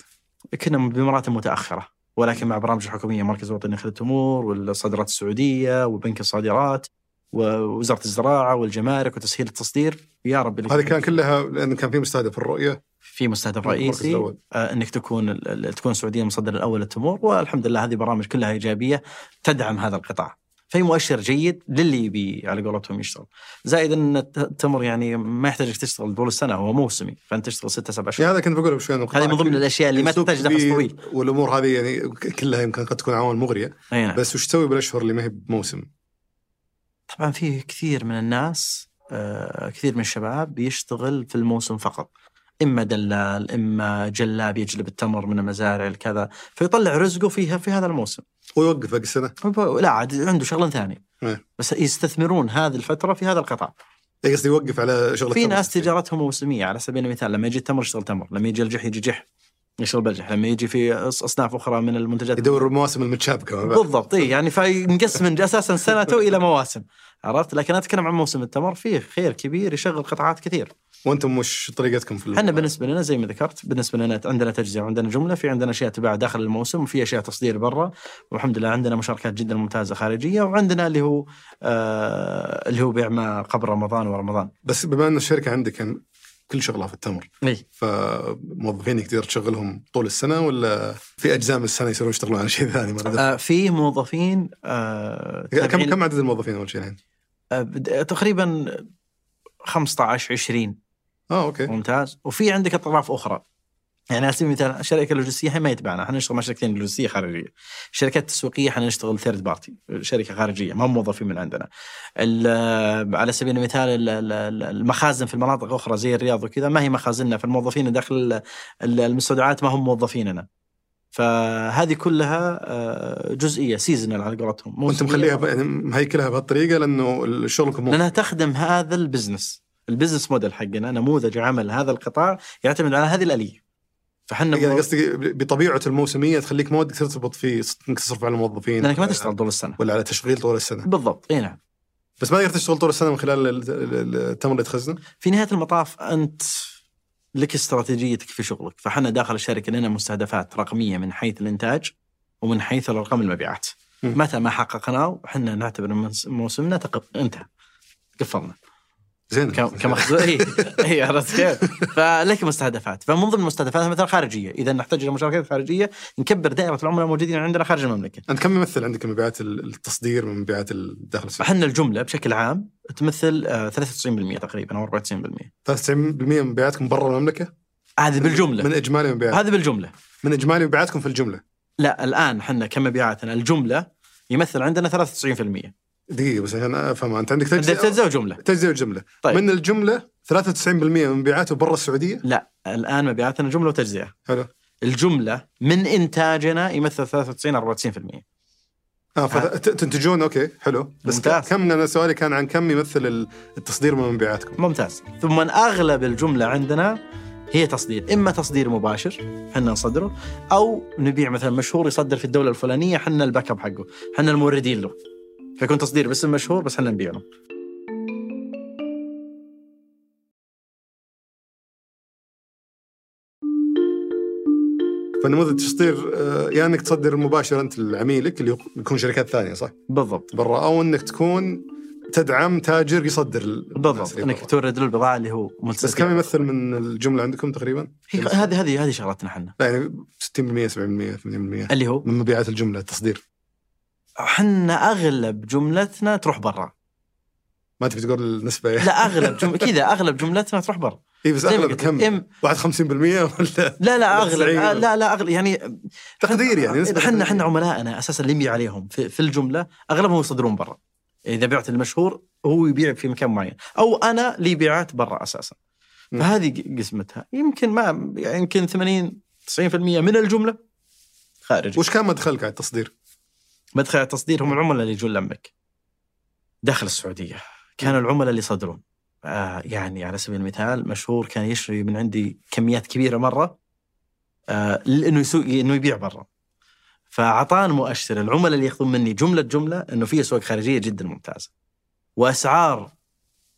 Speaker 1: كنا بمراتب متاخره ولكن مع برامج الحكوميه المركز الوطني لخدمه التمور والصادرات السعوديه وبنك الصادرات ووزاره الزراعه والجمارك وتسهيل التصدير يا رب لك-
Speaker 2: هذه كان كلها لان كان في مستهدف الرؤيه
Speaker 1: في مستهدف
Speaker 2: المركز
Speaker 1: رئيسي
Speaker 2: الأول.
Speaker 1: آه، انك تكون ال- ال- تكون السعوديه المصدر الاول للتمور والحمد لله هذه برامج كلها ايجابيه تدعم هذا القطاع فهي مؤشر جيد للي يبي على قولتهم يشتغل زائد ان الت- التمر يعني ما يحتاجك تشتغل طول السنه هو موسمي فانت تشتغل ستة سبع
Speaker 2: يعني
Speaker 1: شهور
Speaker 2: هذا كنت بقوله بشوي
Speaker 1: هذه من ضمن الاشياء اللي ما
Speaker 2: السوق
Speaker 1: تحتاج نفس
Speaker 2: كبير
Speaker 1: طويل
Speaker 2: والامور هذه يعني ك- كلها يمكن قد تكون عوامل مغريه
Speaker 1: أي نعم.
Speaker 2: بس وش تسوي بالاشهر اللي ما هي بموسم؟
Speaker 1: طبعا في كثير من الناس آه، كثير من الشباب يشتغل في الموسم فقط اما دلال اما جلاب يجلب التمر من المزارع الكذا فيطلع رزقه فيها في هذا الموسم
Speaker 2: ويوقف باقي السنه
Speaker 1: وب- لا عاد عنده شغل ثاني
Speaker 2: إيه.
Speaker 1: بس يستثمرون هذه الفتره في هذا القطاع
Speaker 2: إيه قصدي يوقف على شغل
Speaker 1: في
Speaker 2: التمر.
Speaker 1: ناس تجارتهم موسميه على سبيل المثال لما يجي التمر يشتغل تمر لما يجي الجح يجي جح يشتغل بلجح لما يجي في أص- اصناف اخرى من المنتجات
Speaker 2: يدور المواسم المتشابكه مع بعض.
Speaker 1: بالضبط اي يعني فينقسم من اساسا سنته الى مواسم عرفت لكن اتكلم عن موسم التمر فيه خير كبير يشغل قطاعات كثير
Speaker 2: وانتم وش طريقتكم في ال-
Speaker 1: احنا بالنسبه لنا زي ما ذكرت بالنسبه لنا عندنا تجزئه وعندنا جمله في عندنا اشياء تباع داخل الموسم وفي اشياء تصدير برا والحمد لله عندنا مشاركات جدا ممتازه خارجيه وعندنا اللي هو آه اللي هو بيع ما قبل رمضان ورمضان
Speaker 2: بس بما ان الشركه عندك يعني كل شغلها في التمر
Speaker 1: اي
Speaker 2: فموظفينك تقدر تشغلهم طول السنه ولا في اجزاء من السنه يصيرون يشتغلون على شيء ثاني مره
Speaker 1: آه في موظفين آه
Speaker 2: إيه، كم
Speaker 1: تابعين-
Speaker 2: كم عدد الموظفين اول شيء الحين؟
Speaker 1: آه بد- تقريبا 15 20
Speaker 2: اه اوكي
Speaker 1: ممتاز وفي عندك اطراف اخرى يعني على سبيل المثال الشركه اللوجستيه إحنا ما يتبعنا احنا نشتغل مع شركتين لوجستيه خارجيه الشركات التسويقيه احنا نشتغل ثيرد بارتي شركه خارجيه ما هم موظفين من عندنا ال- على سبيل المثال ال- ال- المخازن في المناطق اخرى زي الرياض وكذا ما هي مخازننا فالموظفين داخل ال- المستودعات ما هم موظفيننا فهذه كلها آه، جزئيه سيزونال على قولتهم
Speaker 2: وانت
Speaker 1: موسمية.
Speaker 2: مخليها ب- يعني مهيكلها بهالطريقه لانه شغلكم مو
Speaker 1: لانها تخدم هذا البزنس البزنس موديل حقنا نموذج عمل هذا القطاع يعتمد على هذه الاليه فحنا
Speaker 2: يعني قصدي بطبيعته الموسميه تخليك ما ودك ترتبط في انك تصرف على الموظفين
Speaker 1: لانك ما تشتغل طول السنه
Speaker 2: ولا على تشغيل طول السنه
Speaker 1: بالضبط اي نعم
Speaker 2: بس ما تقدر تشتغل طول السنه من خلال ال- ال- التمر اللي تخزنه
Speaker 1: في نهايه المطاف انت لك استراتيجيتك في شغلك فحنا داخل الشركه لنا مستهدفات رقميه من حيث الانتاج ومن حيث الارقام المبيعات
Speaker 2: مم.
Speaker 1: متى ما حققناه احنا نعتبر إن منس- موسمنا تقف انتهى قفلنا
Speaker 2: زين
Speaker 1: ك- كمخزون اي اي عرفت كيف؟ فلك مستهدفات فمن ضمن المستهدفات مثلا خارجيه اذا نحتاج الى مشاركات خارجيه نكبر دائره العملاء الموجودين عندنا خارج المملكه
Speaker 2: انت كم يمثل عندك مبيعات ال- التصدير من مبيعات الداخل السوق؟
Speaker 1: احنا الجمله بشكل عام تمثل آه، 93% تقريبا او 94%
Speaker 2: 93% من مبيعاتكم برا المملكه؟
Speaker 1: هذه بالجمله
Speaker 2: من اجمالي مبيعات
Speaker 1: هذه بالجمله
Speaker 2: من اجمالي مبيعاتكم في الجمله
Speaker 1: لا الان احنا كمبيعاتنا الجمله يمثل عندنا 93%
Speaker 2: دقيقه بس عشان افهمها انت عندك
Speaker 1: عندنا
Speaker 2: تجزئه
Speaker 1: تجزئه وجمله
Speaker 2: تجزئه وجمله
Speaker 1: طيب.
Speaker 2: من الجمله 93% من مبيعاته برا السعوديه
Speaker 1: لا الان مبيعاتنا جمله وتجزئه
Speaker 2: حلو
Speaker 1: الجمله من انتاجنا يمثل 93 94%
Speaker 2: اه فتنتجون اوكي حلو بس
Speaker 1: ممتاز.
Speaker 2: ك- كم انا سؤالي كان عن كم يمثل ال- التصدير من مبيعاتكم
Speaker 1: ممتاز ثم اغلب الجمله عندنا هي تصدير اما تصدير مباشر احنا نصدره او نبيع مثلا مشهور يصدر في الدوله الفلانيه احنا الباك اب حقه احنا الموردين له فيكون تصدير باسم مشهور بس احنا نبيع له
Speaker 2: فنموذج التصدير آه، يا انك تصدر مباشر انت لعميلك اللي هو- يكون شركات ثانيه صح؟
Speaker 1: بالضبط
Speaker 2: برا او انك تكون تدعم تاجر يصدر ال- الناس
Speaker 1: بالضبط
Speaker 2: اللي
Speaker 1: انك
Speaker 2: برا.
Speaker 1: تورد له البضاعه اللي هو ملتزم
Speaker 2: بس كم يمثل من الجمله عندكم تقريبا؟
Speaker 1: هي- هذه هذه هذه شغلتنا احنا
Speaker 2: لا يعني 60% 70% 80%
Speaker 1: اللي هو
Speaker 2: من مبيعات الجمله التصدير
Speaker 1: احنا اغلب جملتنا تروح برا
Speaker 2: ما تبي تقول النسبه يعني
Speaker 1: لا اغلب جم... كذا اغلب جملتنا تروح برا
Speaker 2: اي بس
Speaker 1: زي ما
Speaker 2: اغلب
Speaker 1: قلت
Speaker 2: كم؟
Speaker 1: إم...
Speaker 2: واحد 50% ولا
Speaker 1: لا لا اغلب
Speaker 2: تسعين.
Speaker 1: آه، لا لا اغلب يعني
Speaker 2: تقدير يعني نسبة
Speaker 1: احنا احنا
Speaker 2: تقدير.
Speaker 1: عملائنا اساسا اللي نبيع عليهم في, في الجمله اغلبهم يصدرون برا اذا بعت المشهور هو يبيع في مكان معين او انا لي بيعات برا اساسا
Speaker 2: مم.
Speaker 1: فهذه ق- قسمتها يمكن ما يعني يمكن 80 90% من الجمله خارجي
Speaker 2: وش كان مدخلك على التصدير؟
Speaker 1: مدخل التصدير هم العملاء اللي يجون لمك داخل السعوديه كانوا العملاء اللي يصدرون آه يعني على سبيل المثال مشهور كان يشتري من عندي كميات كبيره مره آه لانه يسوق انه يبيع برا فاعطان مؤشر العملاء اللي ياخذون مني جمله جمله انه في اسواق خارجيه جدا ممتازه واسعار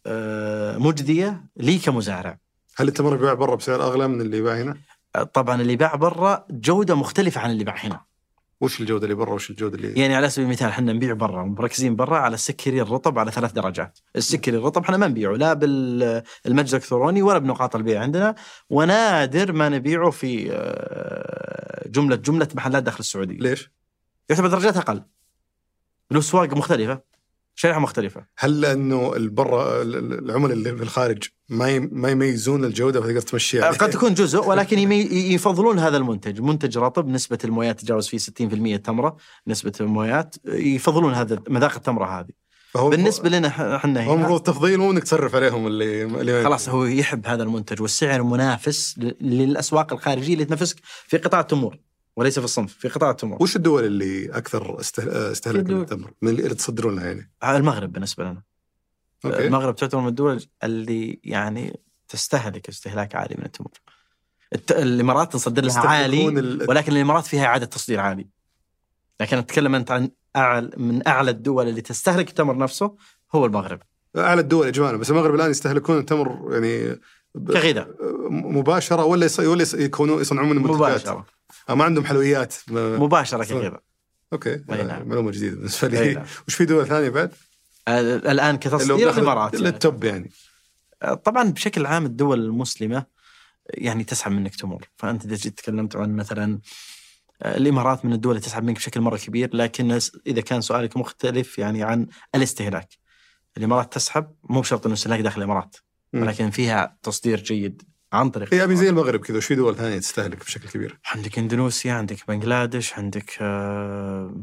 Speaker 1: آه مجديه لي كمزارع
Speaker 2: هل التمر يبيع برا بسعر اغلى من اللي يباع هنا؟
Speaker 1: آه، طبعا اللي باع برا جوده مختلفه عن اللي باع هنا
Speaker 2: وش الجوده اللي برا وش الجوده اللي
Speaker 1: يعني على سبيل المثال احنا نبيع برا مركزين برا على السكري الرطب على ثلاث درجات، السكري الرطب احنا ما نبيعه لا بالمتجر الالكتروني ولا بنقاط البيع عندنا ونادر ما نبيعه في آه، جمله جمله محلات داخل السعوديه.
Speaker 2: ليش؟
Speaker 1: يعتبر درجات اقل. له اسواق مختلفه شريحه مختلفه.
Speaker 2: هل لانه البرا ال- ال- العملاء اللي في الخارج ما يم- ما يميزون الجوده فتقدر تمشيها
Speaker 1: قد تكون جزء ولكن يمي- يفضلون هذا المنتج، منتج رطب نسبه المويات تتجاوز فيه 60% تمره، نسبه المويات يفضلون هذا مذاق التمره هذه.
Speaker 2: فهو
Speaker 1: بالنسبه لنا احنا
Speaker 2: هو
Speaker 1: هنا
Speaker 2: المفروض التفضيل هو انك تصرف عليهم اللي, اللي
Speaker 1: يعني خلاص هو يحب هذا المنتج والسعر منافس ل- للاسواق الخارجيه اللي تنافسك في قطاع التمور وليس في الصنف في قطاع التمور
Speaker 2: وش الدول اللي اكثر استه- استهلاك
Speaker 1: الدول.
Speaker 2: للتمر من اللي تصدرون لها يعني؟
Speaker 1: المغرب بالنسبه لنا
Speaker 2: اوكي
Speaker 1: المغرب تعتبر من الدول اللي يعني تستهلك استهلاك عالي من التمور الت... الامارات تصدر لها
Speaker 2: يستهلكون
Speaker 1: عالي
Speaker 2: ال-
Speaker 1: ولكن الامارات فيها اعاده تصدير عالي لكن اتكلم انت عن اعلى من اعلى الدول اللي تستهلك التمر نفسه هو المغرب
Speaker 2: اعلى الدول اجمالا بس المغرب الان يستهلكون التمر يعني ب-
Speaker 1: كغذاء
Speaker 2: مباشره ولا يص... ولا يص- يكونوا يصنعون من المنتجات
Speaker 1: مباشره
Speaker 2: آه، ما عندهم حلويات ما...
Speaker 1: مباشره كغذاء
Speaker 2: اوكي
Speaker 1: أي
Speaker 2: آه،
Speaker 1: نعم.
Speaker 2: معلومه جديده بالنسبه
Speaker 1: أي
Speaker 2: لي
Speaker 1: نعم.
Speaker 2: وش في دول ثانيه بعد؟
Speaker 1: ال- الان كتصدير
Speaker 2: بناخذ
Speaker 1: الامارات يعني.
Speaker 2: للتوب يعني
Speaker 1: طبعا بشكل عام الدول المسلمه يعني تسحب منك تمور فانت اذا جيت تكلمت عن مثلا آه، الامارات من الدول اللي تسحب منك بشكل مره كبير لكن س- اذا كان سؤالك مختلف يعني عن الاستهلاك الامارات تسحب مو بشرط انه استهلاك داخل الامارات
Speaker 2: مم.
Speaker 1: ولكن فيها تصدير جيد عن طريق
Speaker 2: إيه، ابي زي المغرب كذا وش في دول ثانيه تستهلك بشكل كبير؟
Speaker 1: عندك اندونيسيا عندك بنغلاديش عندك آه،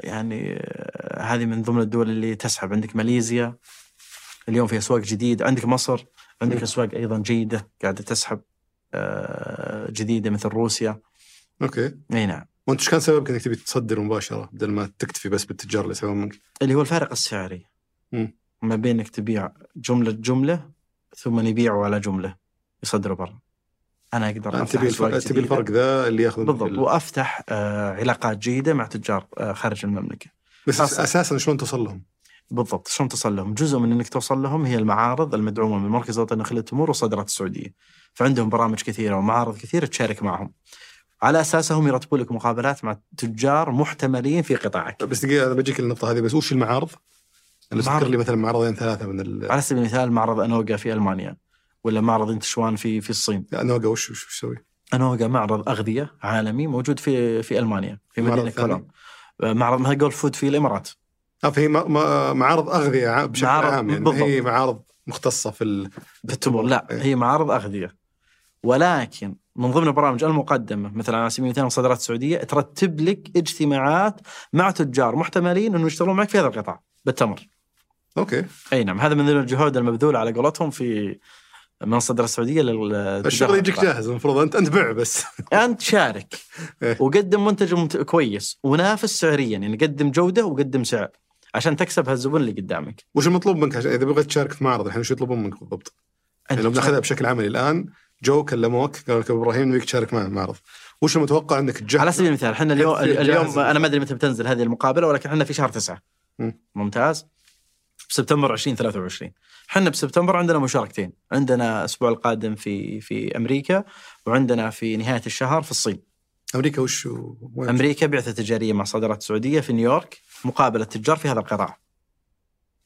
Speaker 1: يعني آه، هذه من ضمن الدول اللي تسحب عندك ماليزيا اليوم في اسواق جديده عندك مصر عندك
Speaker 2: مم.
Speaker 1: اسواق ايضا جيده قاعده تسحب آه، جديده مثل روسيا
Speaker 2: اوكي
Speaker 1: اي نعم
Speaker 2: وانت ايش كان سببك انك تبي تصدر مباشره بدل ما تكتفي بس بالتجار اللي سووا منك؟
Speaker 1: اللي هو الفارق السعري
Speaker 2: مم.
Speaker 1: ما بين انك تبيع جمله جمله ثم يبيعوا على جمله يصدروا برا انا اقدر
Speaker 2: انت
Speaker 1: أفتح
Speaker 2: تبي
Speaker 1: أسواق
Speaker 2: الفرق تبي
Speaker 1: جديدة.
Speaker 2: الفرق ذا اللي ياخذ
Speaker 1: بالضبط وافتح آه، علاقات جيده مع تجار آه، خارج المملكه
Speaker 2: بس
Speaker 1: أصلاً.
Speaker 2: اساسا شلون توصل لهم؟
Speaker 1: بالضبط شلون توصل لهم؟ جزء من انك توصل لهم هي المعارض المدعومه من المركز الوطني لخدمه التمور وصدرات السعوديه. فعندهم برامج كثيره ومعارض كثيره تشارك معهم. على اساسها هم يرتبوا لك مقابلات مع تجار محتملين في قطاعك.
Speaker 2: بس دقيقه انا بجيك النقطه هذه بس وش المعارض؟ انا
Speaker 1: المعارض.
Speaker 2: اذكر لي مثلا معرضين ثلاثه من ال...
Speaker 1: على سبيل المثال معرض انوغا في المانيا ولا معرض انتشوان في في الصين.
Speaker 2: انا وقع وش وش اسوي؟
Speaker 1: انوغا معرض اغذيه عالمي موجود في في المانيا في
Speaker 2: معرض
Speaker 1: مدينه
Speaker 2: ثاني.
Speaker 1: كولون. آه، معرض مثلا جولد فود في الامارات.
Speaker 2: اه فهي ما- ما- معارض اغذيه ع- بشكل
Speaker 1: معارض،
Speaker 2: عام يعني ما
Speaker 1: بالضبط.
Speaker 2: هي معارض مختصه في ال...
Speaker 1: في التمور لا
Speaker 2: إيه.
Speaker 1: هي معارض اغذيه ولكن من ضمن البرامج المقدمه مثلا على سبيل المثال الصادرات السعوديه ترتب لك اجتماعات مع تجار محتملين انه يشتغلون معك في هذا القطاع بالتمر
Speaker 2: اوكي
Speaker 1: اي نعم هذا من ضمن الجهود المبذوله على قولتهم في من الصادرات السعوديه لل
Speaker 2: الشغل يجيك
Speaker 1: القطاع.
Speaker 2: جاهز المفروض انت انت بع بس
Speaker 1: انت شارك
Speaker 2: إيه.
Speaker 1: وقدم منتج ممت... كويس ونافس سعريا يعني قدم جوده وقدم سعر عشان تكسب هالزبون اللي قدامك
Speaker 2: وش المطلوب منك عشان اذا بغيت تشارك في معرض الحين وش يطلبون منك بالضبط؟ يعني لو بناخذها بشكل عملي الان جو كلموك قالوا لك أبو ابراهيم نبيك تشارك معنا المعرض وش المتوقع انك تجهز
Speaker 1: على سبيل المثال احنا اليوم
Speaker 2: كثير جاهز.
Speaker 1: اليوم انا ما ادري متى بتنزل هذه المقابله ولكن احنا في شهر تسعة
Speaker 2: مم.
Speaker 1: ممتاز بسبتمبر 2023 احنا بسبتمبر عندنا مشاركتين عندنا الاسبوع القادم في في امريكا وعندنا في نهايه الشهر في الصين
Speaker 2: امريكا وش وين؟
Speaker 1: امريكا بعثه تجاريه مع صادرات سعوديه في نيويورك مقابله تجار في هذا القطاع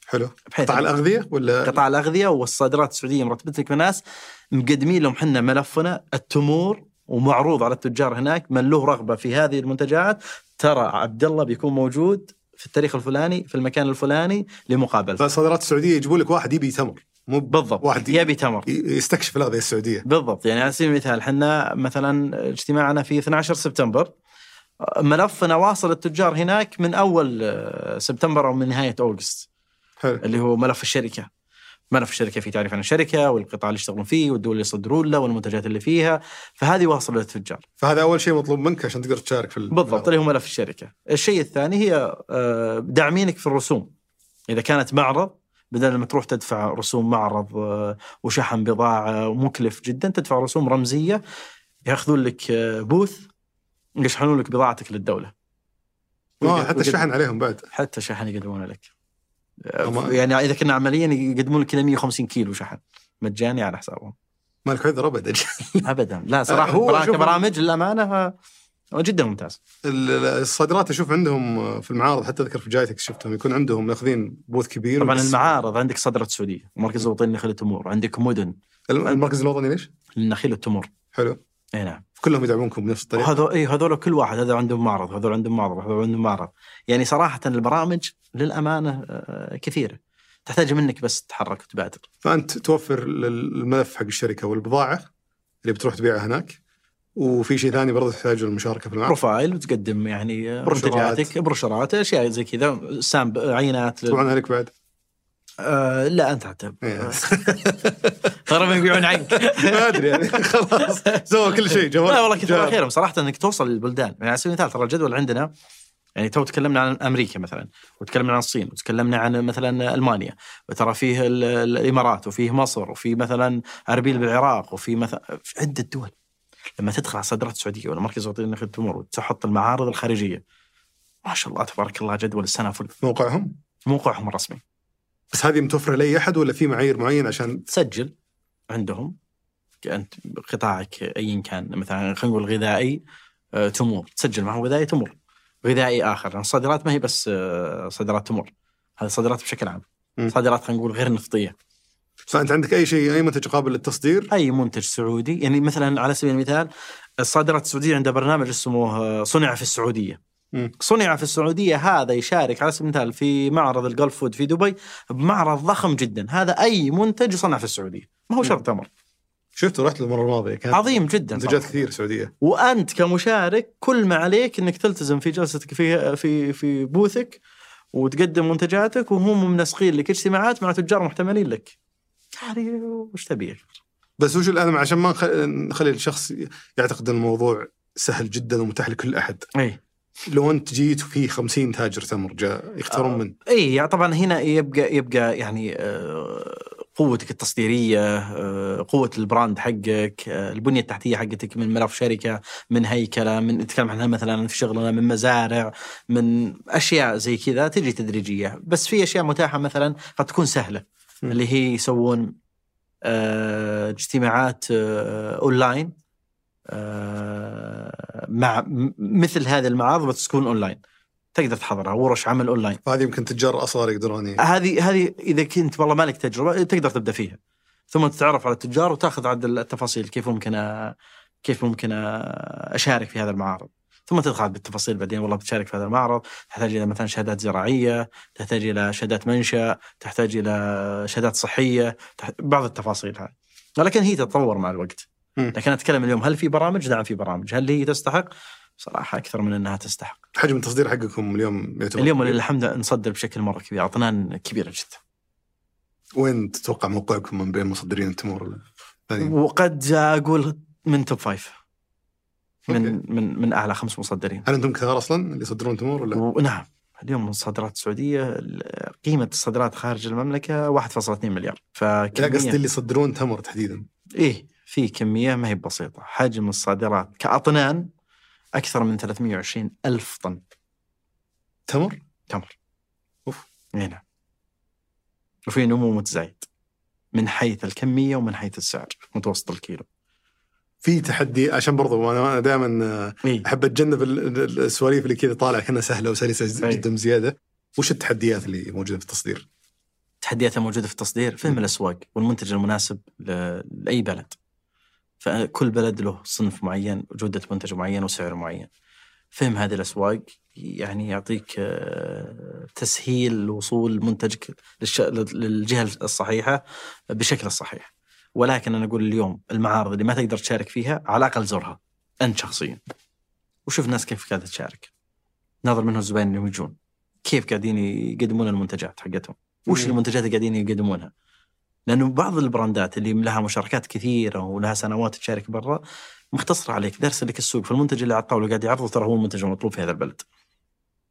Speaker 2: حلو
Speaker 1: بحيث
Speaker 2: قطاع الاغذيه ولا
Speaker 1: قطاع الاغذيه والصادرات السعوديه مرتبت لك ناس مقدمين لهم حنا ملفنا التمور ومعروض على التجار هناك من له رغبه في هذه المنتجعات ترى عبد الله بيكون موجود في التاريخ الفلاني في المكان الفلاني لمقابله
Speaker 2: فالصادرات السعوديه يجيبون لك واحد يبي تمر مو ب-
Speaker 1: بالضبط
Speaker 2: واحد
Speaker 1: يبي تمر
Speaker 2: ي- يستكشف الاغذيه السعوديه
Speaker 1: بالضبط يعني على سبيل المثال احنا مثلا اجتماعنا في 12 سبتمبر ملفنا واصل التجار هناك من اول آه، سبتمبر او من نهايه اوغست
Speaker 2: حلو
Speaker 1: اللي هو ملف الشركه ملف الشركه فيه تعريف عن الشركه والقطاع اللي يشتغلون فيه والدول اللي يصدرون له والمنتجات اللي فيها فهذه واصله للتجار
Speaker 2: فهذا اول شيء مطلوب منك عشان تقدر تشارك في ال- آه،
Speaker 1: بالضبط اللي هو ملف الشركه الشيء الثاني هي آه، داعمينك في الرسوم اذا كانت معرض بدل ما تروح تدفع رسوم معرض آه، وشحن بضاعه ومكلف جدا تدفع رسوم رمزيه ياخذون لك آه، بوث يشحنون لك بضاعتك للدوله
Speaker 2: آه، حتى الشحن عليهم بعد
Speaker 1: حتى شحن يقدمونه لك
Speaker 2: طبعاً.
Speaker 1: يعني اذا كنا عمليا يقدمون لك كذا 150 كيلو شحن مجاني على حسابهم أه،
Speaker 2: مالك عذر ابدا
Speaker 1: ابدا لا صراحه
Speaker 2: هو
Speaker 1: هو
Speaker 2: شوف-
Speaker 1: كبرامج للامانه آه، جدا ممتاز
Speaker 2: ال- ال- الصادرات اشوف عندهم آه، في المعارض حتى اذكر في جايتك شفتهم يكون عندهم ماخذين بوث كبير
Speaker 1: طبعا
Speaker 2: بس-
Speaker 1: المعارض عندك صدرة سعوديه ومركز الوطني لنخيل التمور عندك مدن
Speaker 2: الم- المركز الوطني ليش؟
Speaker 1: لنخيل التمور
Speaker 2: حلو
Speaker 1: اي نعم
Speaker 2: كلهم يدعمونكم بنفس الطريقه
Speaker 1: وهذول اي هذول كل واحد هذول عندهم معرض هذول عندهم معرض هذول عندهم معرض يعني صراحه البرامج للامانه آه، كثيره تحتاج منك بس تتحرك وتبادر
Speaker 2: فانت توفر ال- الملف حق الشركه والبضاعه اللي بتروح تبيعها هناك وفي شيء ثاني برضه تحتاج المشاركه في المعارض
Speaker 1: بروفايل وتقدم يعني آه،
Speaker 2: بروشورات.
Speaker 1: منتجاتك بروشورات اشياء زي كذا سامب عينات لل-
Speaker 2: طبعا عليك بعد
Speaker 1: آه لا انت حتى
Speaker 2: إيه.
Speaker 1: ترى بيبيعون عنك
Speaker 2: ما ادري يعني خلاص سوى كل شيء جوال
Speaker 1: لا والله كثر
Speaker 2: جوال.
Speaker 1: خيرهم صراحه انك توصل للبلدان يعني على سبيل المثال ترى الجدول عندنا يعني تو تكلمنا عن امريكا مثلا وتكلمنا عن الصين وتكلمنا عن مثلا المانيا وترى فيه ال- ال- الامارات وفيه مصر وفيه مثلا اربيل بالعراق وفيه مثلا في عده دول لما تدخل على الصادرات السعوديه ولا مركز وطني لنخيل التمور وتحط المعارض الخارجيه ما شاء الله تبارك الله جدول السنه فل
Speaker 2: موقعهم
Speaker 1: في موقعهم الرسمي
Speaker 2: بس هذه متوفره لاي احد ولا في معايير معينه عشان
Speaker 1: تسجل عندهم انت قطاعك ايا كان مثلا خلينا نقول غذائي آه، تمور تسجل معهم غذائي تمور غذائي اخر لان الصادرات ما هي بس آه، صادرات تمور هذه صادرات بشكل عام
Speaker 2: مم.
Speaker 1: صادرات خلينا نقول غير نفطيه
Speaker 2: فانت عندك اي شيء اي منتج قابل للتصدير
Speaker 1: اي منتج سعودي يعني مثلا على سبيل المثال الصادرات السعوديه عندها برنامج اسمه آه، صنع في السعوديه
Speaker 2: مم.
Speaker 1: صنع في السعوديه هذا يشارك على سبيل المثال في معرض الجولف فود في دبي بمعرض ضخم جدا هذا اي منتج يصنع في السعوديه ما هو شرط تمر
Speaker 2: شفته رحت المره الماضيه كان
Speaker 1: عظيم جدا صراحة.
Speaker 2: منتجات كثير سعوديه
Speaker 1: وانت كمشارك كل ما عليك انك تلتزم في جلستك في في في بوثك وتقدم منتجاتك وهم منسقين لك اجتماعات مع تجار محتملين لك. يعني وش تبي؟
Speaker 2: بس وش الان عشان ما نخ- نخلي الشخص يعتقد ان الموضوع سهل جدا ومتاح لكل احد
Speaker 1: اي
Speaker 2: لو انت جيت وفي 50 تاجر تمر جاء يختارون
Speaker 1: آه.
Speaker 2: من
Speaker 1: اي يعني طبعا هنا يبقى يبقى يعني آه، قوتك التصديريه آه، قوه البراند حقك آه، البنيه التحتيه حقتك من ملف شركه من هيكله من نتكلم عنها مثلا في شغلنا من مزارع من اشياء زي كذا تجي تدريجيه بس في اشياء متاحه مثلا قد تكون سهله
Speaker 2: م.
Speaker 1: اللي هي يسوون آه، اجتماعات آه، اونلاين آه، مع م- مثل هذه المعارض بس تكون اونلاين تقدر تحضرها ورش عمل اونلاين
Speaker 2: فهذه يمكن تجار اصغر يقدرون ي-
Speaker 1: هذه هذه اذا كنت والله مالك تجربه تقدر تبدا فيها ثم تتعرف على التجار وتاخذ عد التفاصيل كيف ممكن أ... كيف ممكن أ... اشارك في هذا المعارض ثم تدخل بالتفاصيل بعدين والله بتشارك في هذا المعرض تحتاج الى مثلا شهادات زراعيه تحتاج الى شهادات منشا تحتاج الى شهادات صحيه تح... بعض التفاصيل هذه ولكن هي تتطور مع الوقت
Speaker 2: مم.
Speaker 1: لكن اتكلم اليوم هل في برامج نعم في برامج هل هي تستحق صراحه اكثر من انها تستحق
Speaker 2: حجم التصدير حقكم اليوم يعتبر
Speaker 1: اليوم
Speaker 2: كبير.
Speaker 1: ولله الحمد نصدر بشكل مره كبير اطنان كبيره جدا
Speaker 2: وين تتوقع موقعكم من بين مصدرين يعني التمور الثانيين؟
Speaker 1: وقد اقول من توب فايف من
Speaker 2: أوكي.
Speaker 1: من من اعلى خمس مصدرين
Speaker 2: هل انتم كثار اصلا اللي يصدرون تمور ولا؟
Speaker 1: ونعم اليوم الصادرات السعوديه ال- قيمه الصادرات خارج المملكه 1.2 مليار
Speaker 2: لا قصدي
Speaker 1: فكميه
Speaker 2: اللي يصدرون تمر تحديدا
Speaker 1: ايه في كميه ما هي بسيطه حجم الصادرات كاطنان اكثر من 320 الف طن
Speaker 2: تمر؟
Speaker 1: تمر
Speaker 2: أوف.
Speaker 1: اي نعم وفي نمو متزايد من حيث الكميه ومن حيث السعر متوسط الكيلو
Speaker 2: في تحدي عشان برضو انا دائما
Speaker 1: ايه
Speaker 2: احب اتجنب ال- ال- السواليف اللي كذا طالع كانها سهله وسلسه
Speaker 1: أي.
Speaker 2: جدا زياده وش التحديات اللي موجوده في التصدير؟
Speaker 1: تحدياتها موجوده في التصدير فهم الاسواق والمنتج المناسب ل- لاي بلد فكل بلد له صنف معين وجوده منتج معين وسعر معين فهم هذه الاسواق يعني يعطيك آه، تسهيل وصول منتجك للش- للجهه الصحيحه بشكل الصحيح ولكن انا اقول اليوم المعارض اللي ما تقدر تشارك فيها على الاقل زورها انت شخصيا وشوف الناس كيف قاعده تشارك ناظر منهم الزبائن اللي يجون كيف قاعدين يقدمون المنتجات حقتهم وش
Speaker 2: مم.
Speaker 1: المنتجات اللي قاعدين يقدمونها لانه بعض البراندات اللي لها مشاركات كثيره ولها سنوات تشارك برا مختصره عليك دارس لك السوق فالمنتج اللي على الطاوله قاعد يعرضه ترى هو المنتج المطلوب في هذا البلد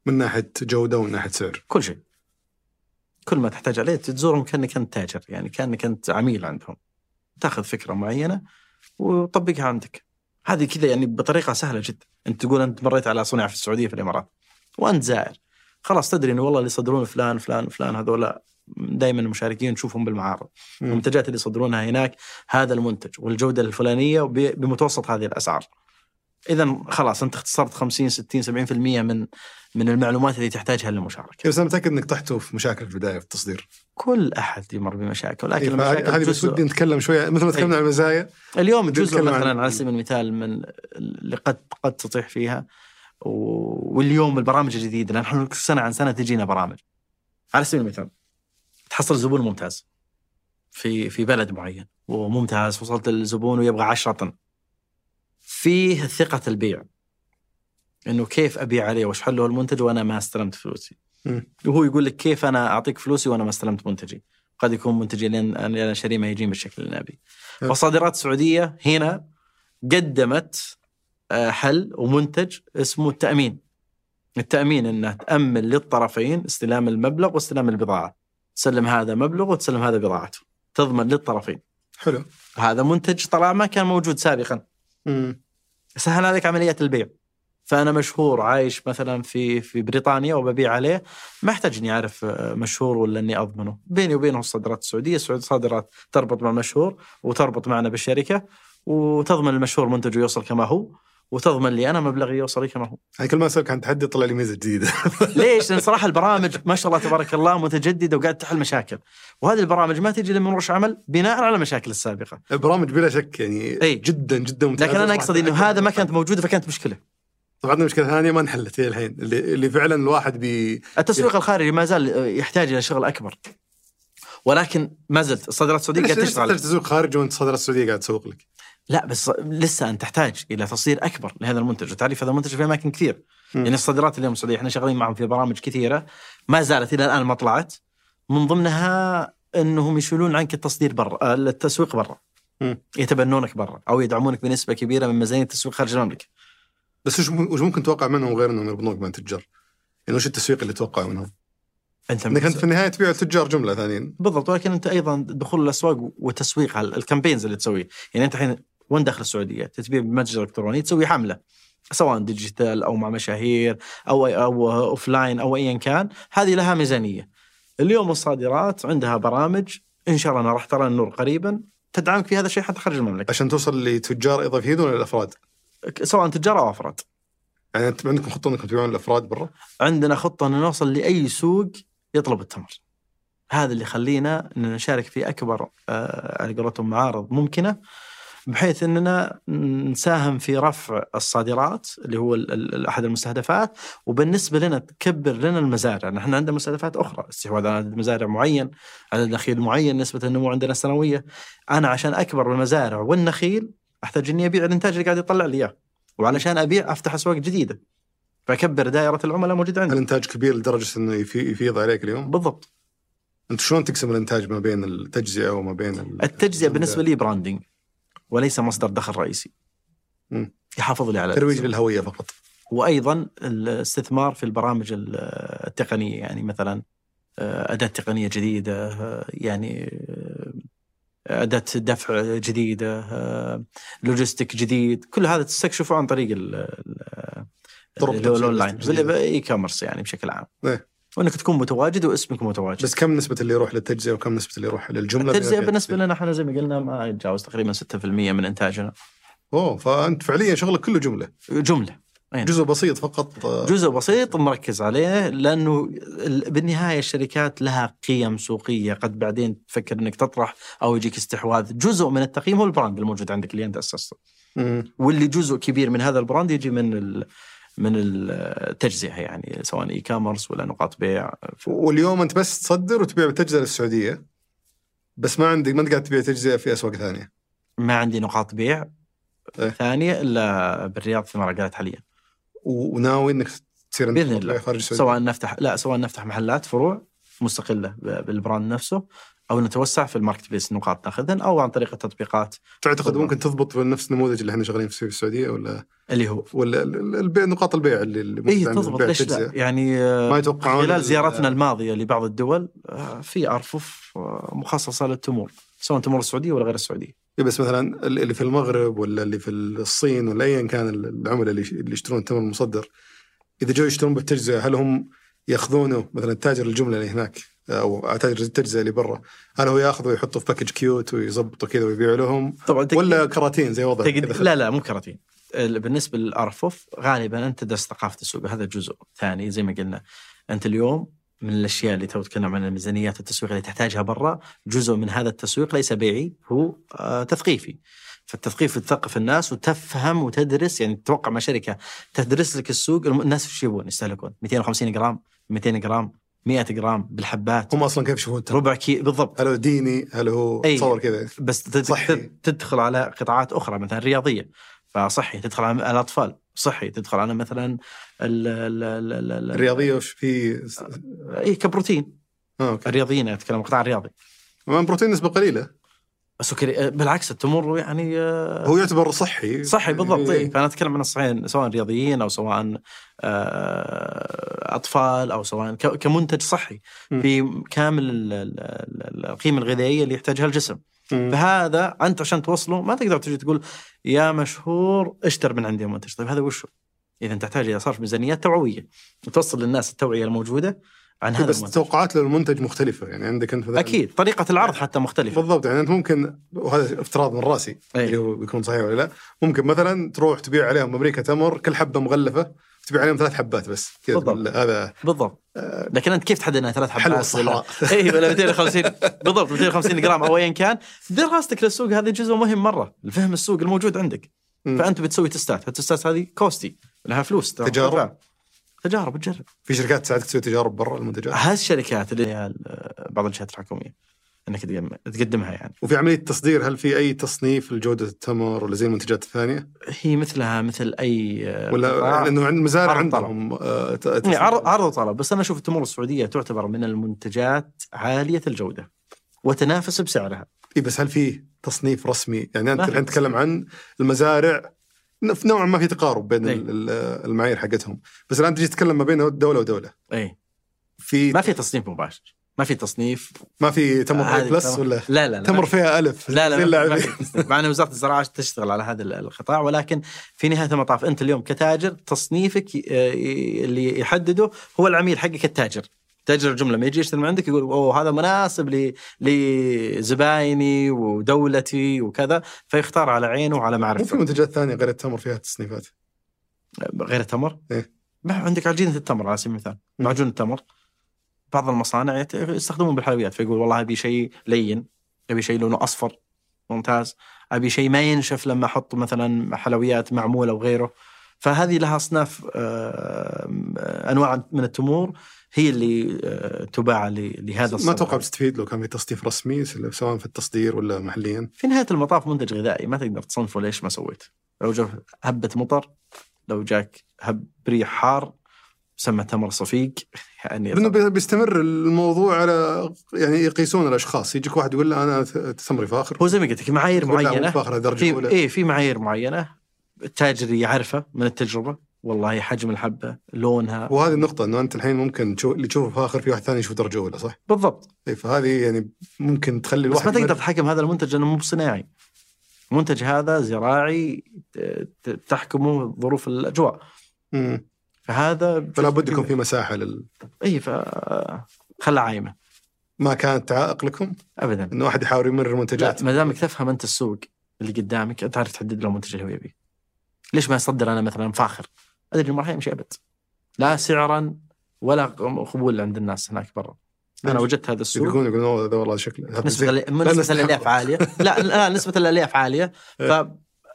Speaker 2: من ناحيه جوده ومن ناحيه سعر.
Speaker 1: كل شيء كل ما تحتاج عليه تزورهم كانك انت تاجر يعني كانك انت عميل عندهم تاخذ فكره معينه وتطبقها عندك هذه كذا يعني بطريقه سهله جدا انت تقول انت مريت على صنع في السعوديه في الامارات وانت زائر خلاص تدري انه والله اللي يصدرون فلان فلان فلان هذولا دائما المشاركين نشوفهم بالمعارض
Speaker 2: مم.
Speaker 1: المنتجات اللي يصدرونها هناك هذا المنتج والجوده الفلانيه وب- بمتوسط هذه الاسعار. اذا خلاص انت اختصرت 50 60 70% من من المعلومات اللي تحتاجها للمشاركه.
Speaker 2: إيه، بس انا متاكد انك طحتوا في مشاكل في البدايه في التصدير.
Speaker 1: كل احد يمر بمشاكل
Speaker 2: إيه،
Speaker 1: ولكن
Speaker 2: فهذه
Speaker 1: المشاكل
Speaker 2: هذه بس ودي
Speaker 1: جزء
Speaker 2: نتكلم شويه مثل ما تكلمنا عن المزايا
Speaker 1: اليوم
Speaker 2: بدي
Speaker 1: جزء
Speaker 2: نتكلم عن-
Speaker 1: مثلا على سبيل المثال من اللي قد قد تطيح فيها و- واليوم البرامج الجديده لان احنا سنه عن سنه تجينا برامج. على سبيل المثال تحصل زبون ممتاز في في بلد معين وممتاز وصلت للزبون ويبغى 10 طن فيه ثقة البيع انه كيف ابيع عليه واشحن له المنتج وانا ما استلمت فلوسي
Speaker 2: مم.
Speaker 1: وهو يقول لك كيف انا اعطيك فلوسي وانا ما استلمت منتجي قد يكون منتجي لين أنا- انا شاريه ما يجي بالشكل اللي أنا أبيه.
Speaker 2: حلو.
Speaker 1: فالصادرات السعوديه هنا قدمت آه، حل ومنتج اسمه التامين التامين انه تامن للطرفين استلام المبلغ واستلام البضاعه تسلم هذا مبلغ وتسلم هذا بضاعته تضمن للطرفين
Speaker 2: حلو.
Speaker 1: هذا منتج طلع ما كان موجود سابقا
Speaker 2: مم.
Speaker 1: سهل عليك عملية البيع فأنا مشهور عايش مثلا في في بريطانيا وببيع عليه ما احتاج إني أعرف آه، مشهور ولا إني أضمنه بيني وبينه الصادرات السعودية السعود صادرات تربط مع المشهور وتربط معنا بالشركة وتضمن المشهور منتجه يوصل كما هو وتضمن لي أنا مبلغي يوصل لي كما هو
Speaker 2: يعني كل ما اسالك عن تحدي طلع لي ميزه جديده.
Speaker 1: ليش؟ لأن صراحة البرامج ما شاء الله تبارك الله متجددة وقاعد تحل مشاكل وهذه البرامج ما تجي إلا من ورش عمل بناء على المشاكل السابقة
Speaker 2: برامج بلا شك يعني
Speaker 1: أي.
Speaker 2: جدا جدا ممتازه
Speaker 1: لكن أنا
Speaker 2: صراحة.
Speaker 1: أقصد أنه هذا ما كانت موجودة فكانت مشكلة
Speaker 2: طبعا عندنا مشكله ثانيه ما انحلت الى الحين اللي, اللي فعلا الواحد بي
Speaker 1: التسويق الخارجي ما زال يحتاج الى شغل اكبر ولكن ما زلت الصادرات السعوديه
Speaker 2: ليش
Speaker 1: قاعد
Speaker 2: ليش
Speaker 1: تشتغل
Speaker 2: تحتاج تسوق خارج وانت صادرات السعوديه قاعد تسوق لك؟
Speaker 1: لا بس لسه انت تحتاج الى تصدير اكبر لهذا المنتج وتعريف هذا المنتج في اماكن كثير
Speaker 2: مم.
Speaker 1: يعني الصادرات اليوم السعوديه احنا شغالين معهم في برامج كثيره ما زالت الى الان ما طلعت من ضمنها انهم يشيلون عنك التصدير برا التسويق برا
Speaker 2: مم.
Speaker 1: يتبنونك برا او يدعمونك بنسبه كبيره من ميزانيه التسويق خارج المملكه
Speaker 2: بس وش وش ممكن تتوقع منهم غير انهم يربطونك مع التجار؟ يعني وش التسويق اللي تتوقعه منهم؟
Speaker 1: انت
Speaker 2: انك انت في النهايه تبيع التجار جمله ثانيين
Speaker 1: بالضبط ولكن انت ايضا دخول الاسواق وتسويقها ال- الكامبينز اللي تسويه يعني انت الحين وين داخل السعوديه تبيع بمتجر الكتروني تسوي حمله سواء ديجيتال او مع مشاهير او او اوف لاين او ايا كان هذه لها ميزانيه اليوم الصادرات عندها برامج ان شاء الله أنا راح ترى النور قريبا تدعمك في هذا الشيء حتى خارج المملكه
Speaker 2: عشان توصل لتجار اضافيين ولا الافراد؟
Speaker 1: سواء تجار او افراد
Speaker 2: يعني انت عندكم خطه انكم تبيعون الافراد برا؟
Speaker 1: عندنا خطة أن نوصل لأي سوق يطلب التمر هذا اللي يخلينا أن نشارك في أكبر آه، على قولتهم معارض ممكنة بحيث أننا نساهم في رفع الصادرات اللي هو ال- ال- أحد المستهدفات وبالنسبة لنا تكبر لنا المزارع نحن عندنا مستهدفات أخرى استحواذ على عدد مزارع معين عدد نخيل معين نسبة النمو عندنا السنوية أنا عشان أكبر بالمزارع والنخيل أحتاج أني أبيع الإنتاج اللي قاعد يطلع لي إياه وعلشان أبيع أفتح أسواق جديدة فأكبر دائرة العملاء الموجودة عندي
Speaker 2: هل الانتاج كبير لدرجه انه يفي- يفيض عليك اليوم؟
Speaker 1: بالضبط
Speaker 2: انت شلون تقسم الانتاج ما بين التجزئه وما بين ال-
Speaker 1: التجزئه بالنسبه لي براندنج وليس مصدر دخل رئيسي
Speaker 2: مم.
Speaker 1: يحافظ لي على
Speaker 2: ترويج
Speaker 1: الاسم.
Speaker 2: للهويه فقط
Speaker 1: وايضا الاستثمار في البرامج ال- التقنيه يعني مثلا آه، اداه تقنيه جديده آه، يعني آه، اداه دفع جديده آه، لوجستيك جديد كل هذا تستكشفه عن طريق ال- ال-
Speaker 2: طرق
Speaker 1: اللي هو
Speaker 2: تسويق
Speaker 1: الاونلاين
Speaker 2: جديدة.
Speaker 1: الاي كوميرس يعني بشكل عام
Speaker 2: إيه.
Speaker 1: وانك تكون متواجد واسمك متواجد
Speaker 2: بس كم نسبه اللي يروح للتجزئه وكم نسبه اللي يروح للجمله
Speaker 1: التجزئه بالنسبه لنا احنا زي ما قلنا ما يتجاوز تقريبا 6% من انتاجنا
Speaker 2: اوه فانت فعليا شغلك كله جمله
Speaker 1: جمله
Speaker 2: جزء بسيط فقط آه،
Speaker 1: جزء بسيط نركز عليه لانه ال- بالنهايه الشركات لها قيم سوقيه قد بعدين تفكر انك تطرح او يجيك استحواذ جزء من التقييم هو البراند الموجود عندك اللي انت اسسته
Speaker 2: مم.
Speaker 1: واللي جزء كبير من هذا البراند يجي من ال من ال- التجزئه يعني سواء اي كوميرس ولا نقاط بيع
Speaker 2: واليوم انت بس تصدر وتبيع بالتجزئه للسعوديه بس ما عندك ما انت قاعد تبيع تجزئه في اسواق ثانيه
Speaker 1: ما عندي نقاط بيع
Speaker 2: إيه.
Speaker 1: ثانيه الا بالرياض في مرقات حاليا
Speaker 2: و- وناوي انك تصير انت
Speaker 1: بإذن
Speaker 2: تبيع
Speaker 1: الله.
Speaker 2: خارج السعوديه
Speaker 1: سواء نفتح لا سواء نفتح محلات فروع مستقله ب- بالبراند نفسه او نتوسع في الماركت بليس نقاط ناخذهن او عن طريق التطبيقات
Speaker 2: تعتقد
Speaker 1: طبعاً.
Speaker 2: ممكن تضبط بنفس النموذج اللي احنا شغالين فيه في السعوديه ولا
Speaker 1: اللي هو
Speaker 2: ولا ال- ال- البيع نقاط البيع اللي اللي
Speaker 1: اي
Speaker 2: موجودة عند
Speaker 1: إيه، تضبط
Speaker 2: بيع
Speaker 1: ليش
Speaker 2: التجزئة؟
Speaker 1: لا يعني آه،
Speaker 2: ما يتوقعون ال- آه.
Speaker 1: خلال زيارتنا الماضيه لبعض الدول آه، في ارفف آه، مخصصه للتمور سواء تمور السعوديه ولا غير السعوديه
Speaker 2: إيه بس مثلا اللي في المغرب ولا اللي في الصين ولا ايا كان العملاء اللي اللي يشترون التمر المصدر اذا جو يشترون بالتجزئه هل هم ياخذونه مثلا تاجر الجمله اللي هناك او تاجر التجزئه اللي برا هل هو ياخذه ويحطه في باكج كيوت ويظبطه كذا ويبيع لهم
Speaker 1: طبعا تك-
Speaker 2: ولا كراتين زي وضع
Speaker 1: تجد...
Speaker 2: كذا؟
Speaker 1: لا لا مو كراتين ال- بالنسبه للارفف غالبا انت تدرس ثقافه السوق هذا جزء ثاني زي ما قلنا انت اليوم من الاشياء اللي تو تكلم عن الميزانيات التسويق اللي تحتاجها برا جزء من هذا التسويق ليس بيعي هو آه، تثقيفي فالتثقيف تثقف الناس وتفهم وتدرس يعني تتوقع مع شركه تدرس لك السوق الم- الناس وش يبون يستهلكون 250 جرام 200 جرام 100 جرام بالحبات
Speaker 2: هم اصلا كيف يشوفون التمر؟
Speaker 1: ربع كي بالضبط
Speaker 2: هل هو ديني؟ هل هو
Speaker 1: أي.
Speaker 2: تصور كذا؟
Speaker 1: بس تد-
Speaker 2: صحي.
Speaker 1: تد- تدخل على قطاعات اخرى مثلا رياضيه فصحي تدخل على الاطفال صحي تدخل على مثلا ال ال ال ال ال-
Speaker 2: الرياضيه وش في
Speaker 1: اي كبروتين
Speaker 2: اه اوكي
Speaker 1: الرياضيين أنا اتكلم القطاع الرياضي
Speaker 2: طبعاً بروتين نسبه قليله
Speaker 1: السكري آه، بالعكس التمر يعني آه،
Speaker 2: هو يعتبر صحي
Speaker 1: صحي بالضبط
Speaker 2: إيه.
Speaker 1: إيه. فانا اتكلم عن الصحيين سواء رياضيين او سواء آه، اطفال او سواء ك- كمنتج صحي
Speaker 2: مم.
Speaker 1: في كامل ال- ال- ال- القيمه الغذائيه اللي يحتاجها الجسم
Speaker 2: مم.
Speaker 1: فهذا انت عشان توصله ما تقدر تجي تقول يا مشهور اشتر من عندي المنتج طيب هذا وش هو؟ اذا تحتاج الى صرف ميزانيات توعويه وتوصل للناس التوعيه الموجوده عن هذا
Speaker 2: بس
Speaker 1: المنتج
Speaker 2: توقعات للمنتج مختلفه يعني عندك انت مثلاً-
Speaker 1: اكيد طريقه العرض حتى مختلفه
Speaker 2: بالضبط يعني انت ممكن وهذا افتراض من راسي
Speaker 1: أي.
Speaker 2: اللي هو بيكون صحيح ولا لا ممكن مثلا تروح تبيع عليهم بامريكا تمر كل حبه مغلفه تبيع عليهم ثلاث حبات بس كذا
Speaker 1: بالضبط.
Speaker 2: تقول هذا
Speaker 1: بالضبط
Speaker 2: آه.
Speaker 1: لكن انت كيف تحدد انها ثلاث حبات
Speaker 2: حلوى
Speaker 1: ولا-
Speaker 2: الصحراء
Speaker 1: اي ولا 250 بالضبط 250 جرام او ايا كان دراستك للسوق هذا جزء مهم مره الفهم السوق الموجود عندك
Speaker 2: مم.
Speaker 1: فانت بتسوي تستات التستات هذه كوستي لها فلوس ترى.
Speaker 2: تجارب.
Speaker 1: تجارب تجرب
Speaker 2: في شركات تساعدك تسوي تجارب برا المنتجات
Speaker 1: هذه الشركات اللي هي ال- بعض الجهات الحكوميه انك تقدم- تقدمها يعني
Speaker 2: وفي عمليه تصدير هل في اي تصنيف لجوده التمر ولا زي المنتجات الثانيه
Speaker 1: هي مثلها مثل اي
Speaker 2: إيه،
Speaker 1: آه،
Speaker 2: ولا
Speaker 1: قطاع.
Speaker 2: لانه عند مزارع
Speaker 1: عرض طلب.
Speaker 2: عندهم آه، ت-
Speaker 1: يعني
Speaker 2: تصنيف.
Speaker 1: عرض عرض وطلب بس انا اشوف التمور السعوديه تعتبر من المنتجات عاليه الجوده وتنافس بسعرها
Speaker 2: إيه، اي بس هل في تصنيف رسمي؟ يعني انت
Speaker 1: ما في
Speaker 2: الحين تتكلم عن المزارع نوعا ما في تقارب بين
Speaker 1: إيه.
Speaker 2: ال- ال- المعايير حقتهم بس الان تجي تتكلم ما بين دوله ودوله
Speaker 1: اي
Speaker 2: في
Speaker 1: إيه. ما في تصنيف مباشر ما في تصنيف
Speaker 2: ما في تمر
Speaker 1: آه، هذه
Speaker 2: آه بلس
Speaker 1: تمر-
Speaker 2: ولا
Speaker 1: لا لا لا
Speaker 2: تمر فيها الف
Speaker 1: لا
Speaker 2: زي
Speaker 1: لا ما- ما
Speaker 2: اللاعبين.
Speaker 1: في تصنيف. مع ان وزاره الزراعه تشتغل على هذا القطاع ولكن في نهايه المطاف انت اليوم كتاجر تصنيفك ي- ي- اللي يحدده هو العميل حقك التاجر تاجر الجمله لما يجي يشتري من عندك يقول اوه هذا مناسب لي لزبايني ودولتي وكذا فيختار على عينه وعلى
Speaker 2: مو في
Speaker 1: معرفته
Speaker 2: منتجات ثانيه غير التمر فيها تصنيفات
Speaker 1: غير التمر
Speaker 2: إيه.
Speaker 1: ما عندك عجينه التمر على سبيل المثال معجون التمر بعض المصانع يت- يستخدمون بالحلويات فيقول والله ابي شيء لين ابي شيء لونه اصفر ممتاز ابي شيء ما ينشف لما احط مثلا حلويات معموله وغيره فهذه لها اصناف آه، انواع من التمور هي اللي آه، تباع ل- لهذا
Speaker 2: ما
Speaker 1: الصنف.
Speaker 2: اتوقع بتستفيد لو كان في تصنيف رسمي سواء في التصدير ولا محليا
Speaker 1: في نهايه المطاف منتج غذائي ما تقدر تصنفه ليش ما سويت لو جاك هبه مطر لو جاك هب ريح حار سمى تمر صفيق يعني
Speaker 2: لانه بي- بيستمر الموضوع على يعني يقيسون الاشخاص يجيك واحد يقول له انا ث- ثمري فاخر
Speaker 1: هو زي ما قلت لك معايير
Speaker 2: يقول لا، مو
Speaker 1: معينه
Speaker 2: فاخر درجه
Speaker 1: طيب، في
Speaker 2: اولى
Speaker 1: ايه في معايير معينه التاجر يعرفه من التجربه والله حجم الحبه لونها
Speaker 2: وهذه النقطة انه انت الحين ممكن تشوف اللي تشوفه فاخر في واحد ثاني يشوف درجة اولى صح؟
Speaker 1: بالضبط
Speaker 2: إيه فهذه يعني ممكن تخلي
Speaker 1: بس
Speaker 2: الواحد
Speaker 1: ما تقدر تحكم هذا المنتج لانه مو بصناعي المنتج هذا زراعي ت- ت- تحكمه ظروف الاجواء
Speaker 2: مم.
Speaker 1: فهذا إيه،
Speaker 2: فلا بد يكون في مساحة لل...
Speaker 1: اي ف خلها عايمه
Speaker 2: ما كانت تعائق لكم
Speaker 1: ابدا
Speaker 2: انه واحد يحاول يمرر
Speaker 1: لا
Speaker 2: منتجات
Speaker 1: ما دامك تفهم انت السوق اللي قدامك انت عارف تحدد له المنتج اللي هو يبيه ليش ما اصدر انا مثلا فاخر ادري انه ما راح يمشي ابد لا سعرا ولا قبول عند الناس هناك برا انا
Speaker 2: ليش؟
Speaker 1: وجدت هذا السوق
Speaker 2: يقولون يقولون "أوه، هذا والله شكله هذا
Speaker 1: نسبة
Speaker 2: إيه. زين.
Speaker 1: ال- نسبة
Speaker 2: نستحق.
Speaker 1: الالياف عالية لا لا نسبة الالياف عالية
Speaker 2: إيه.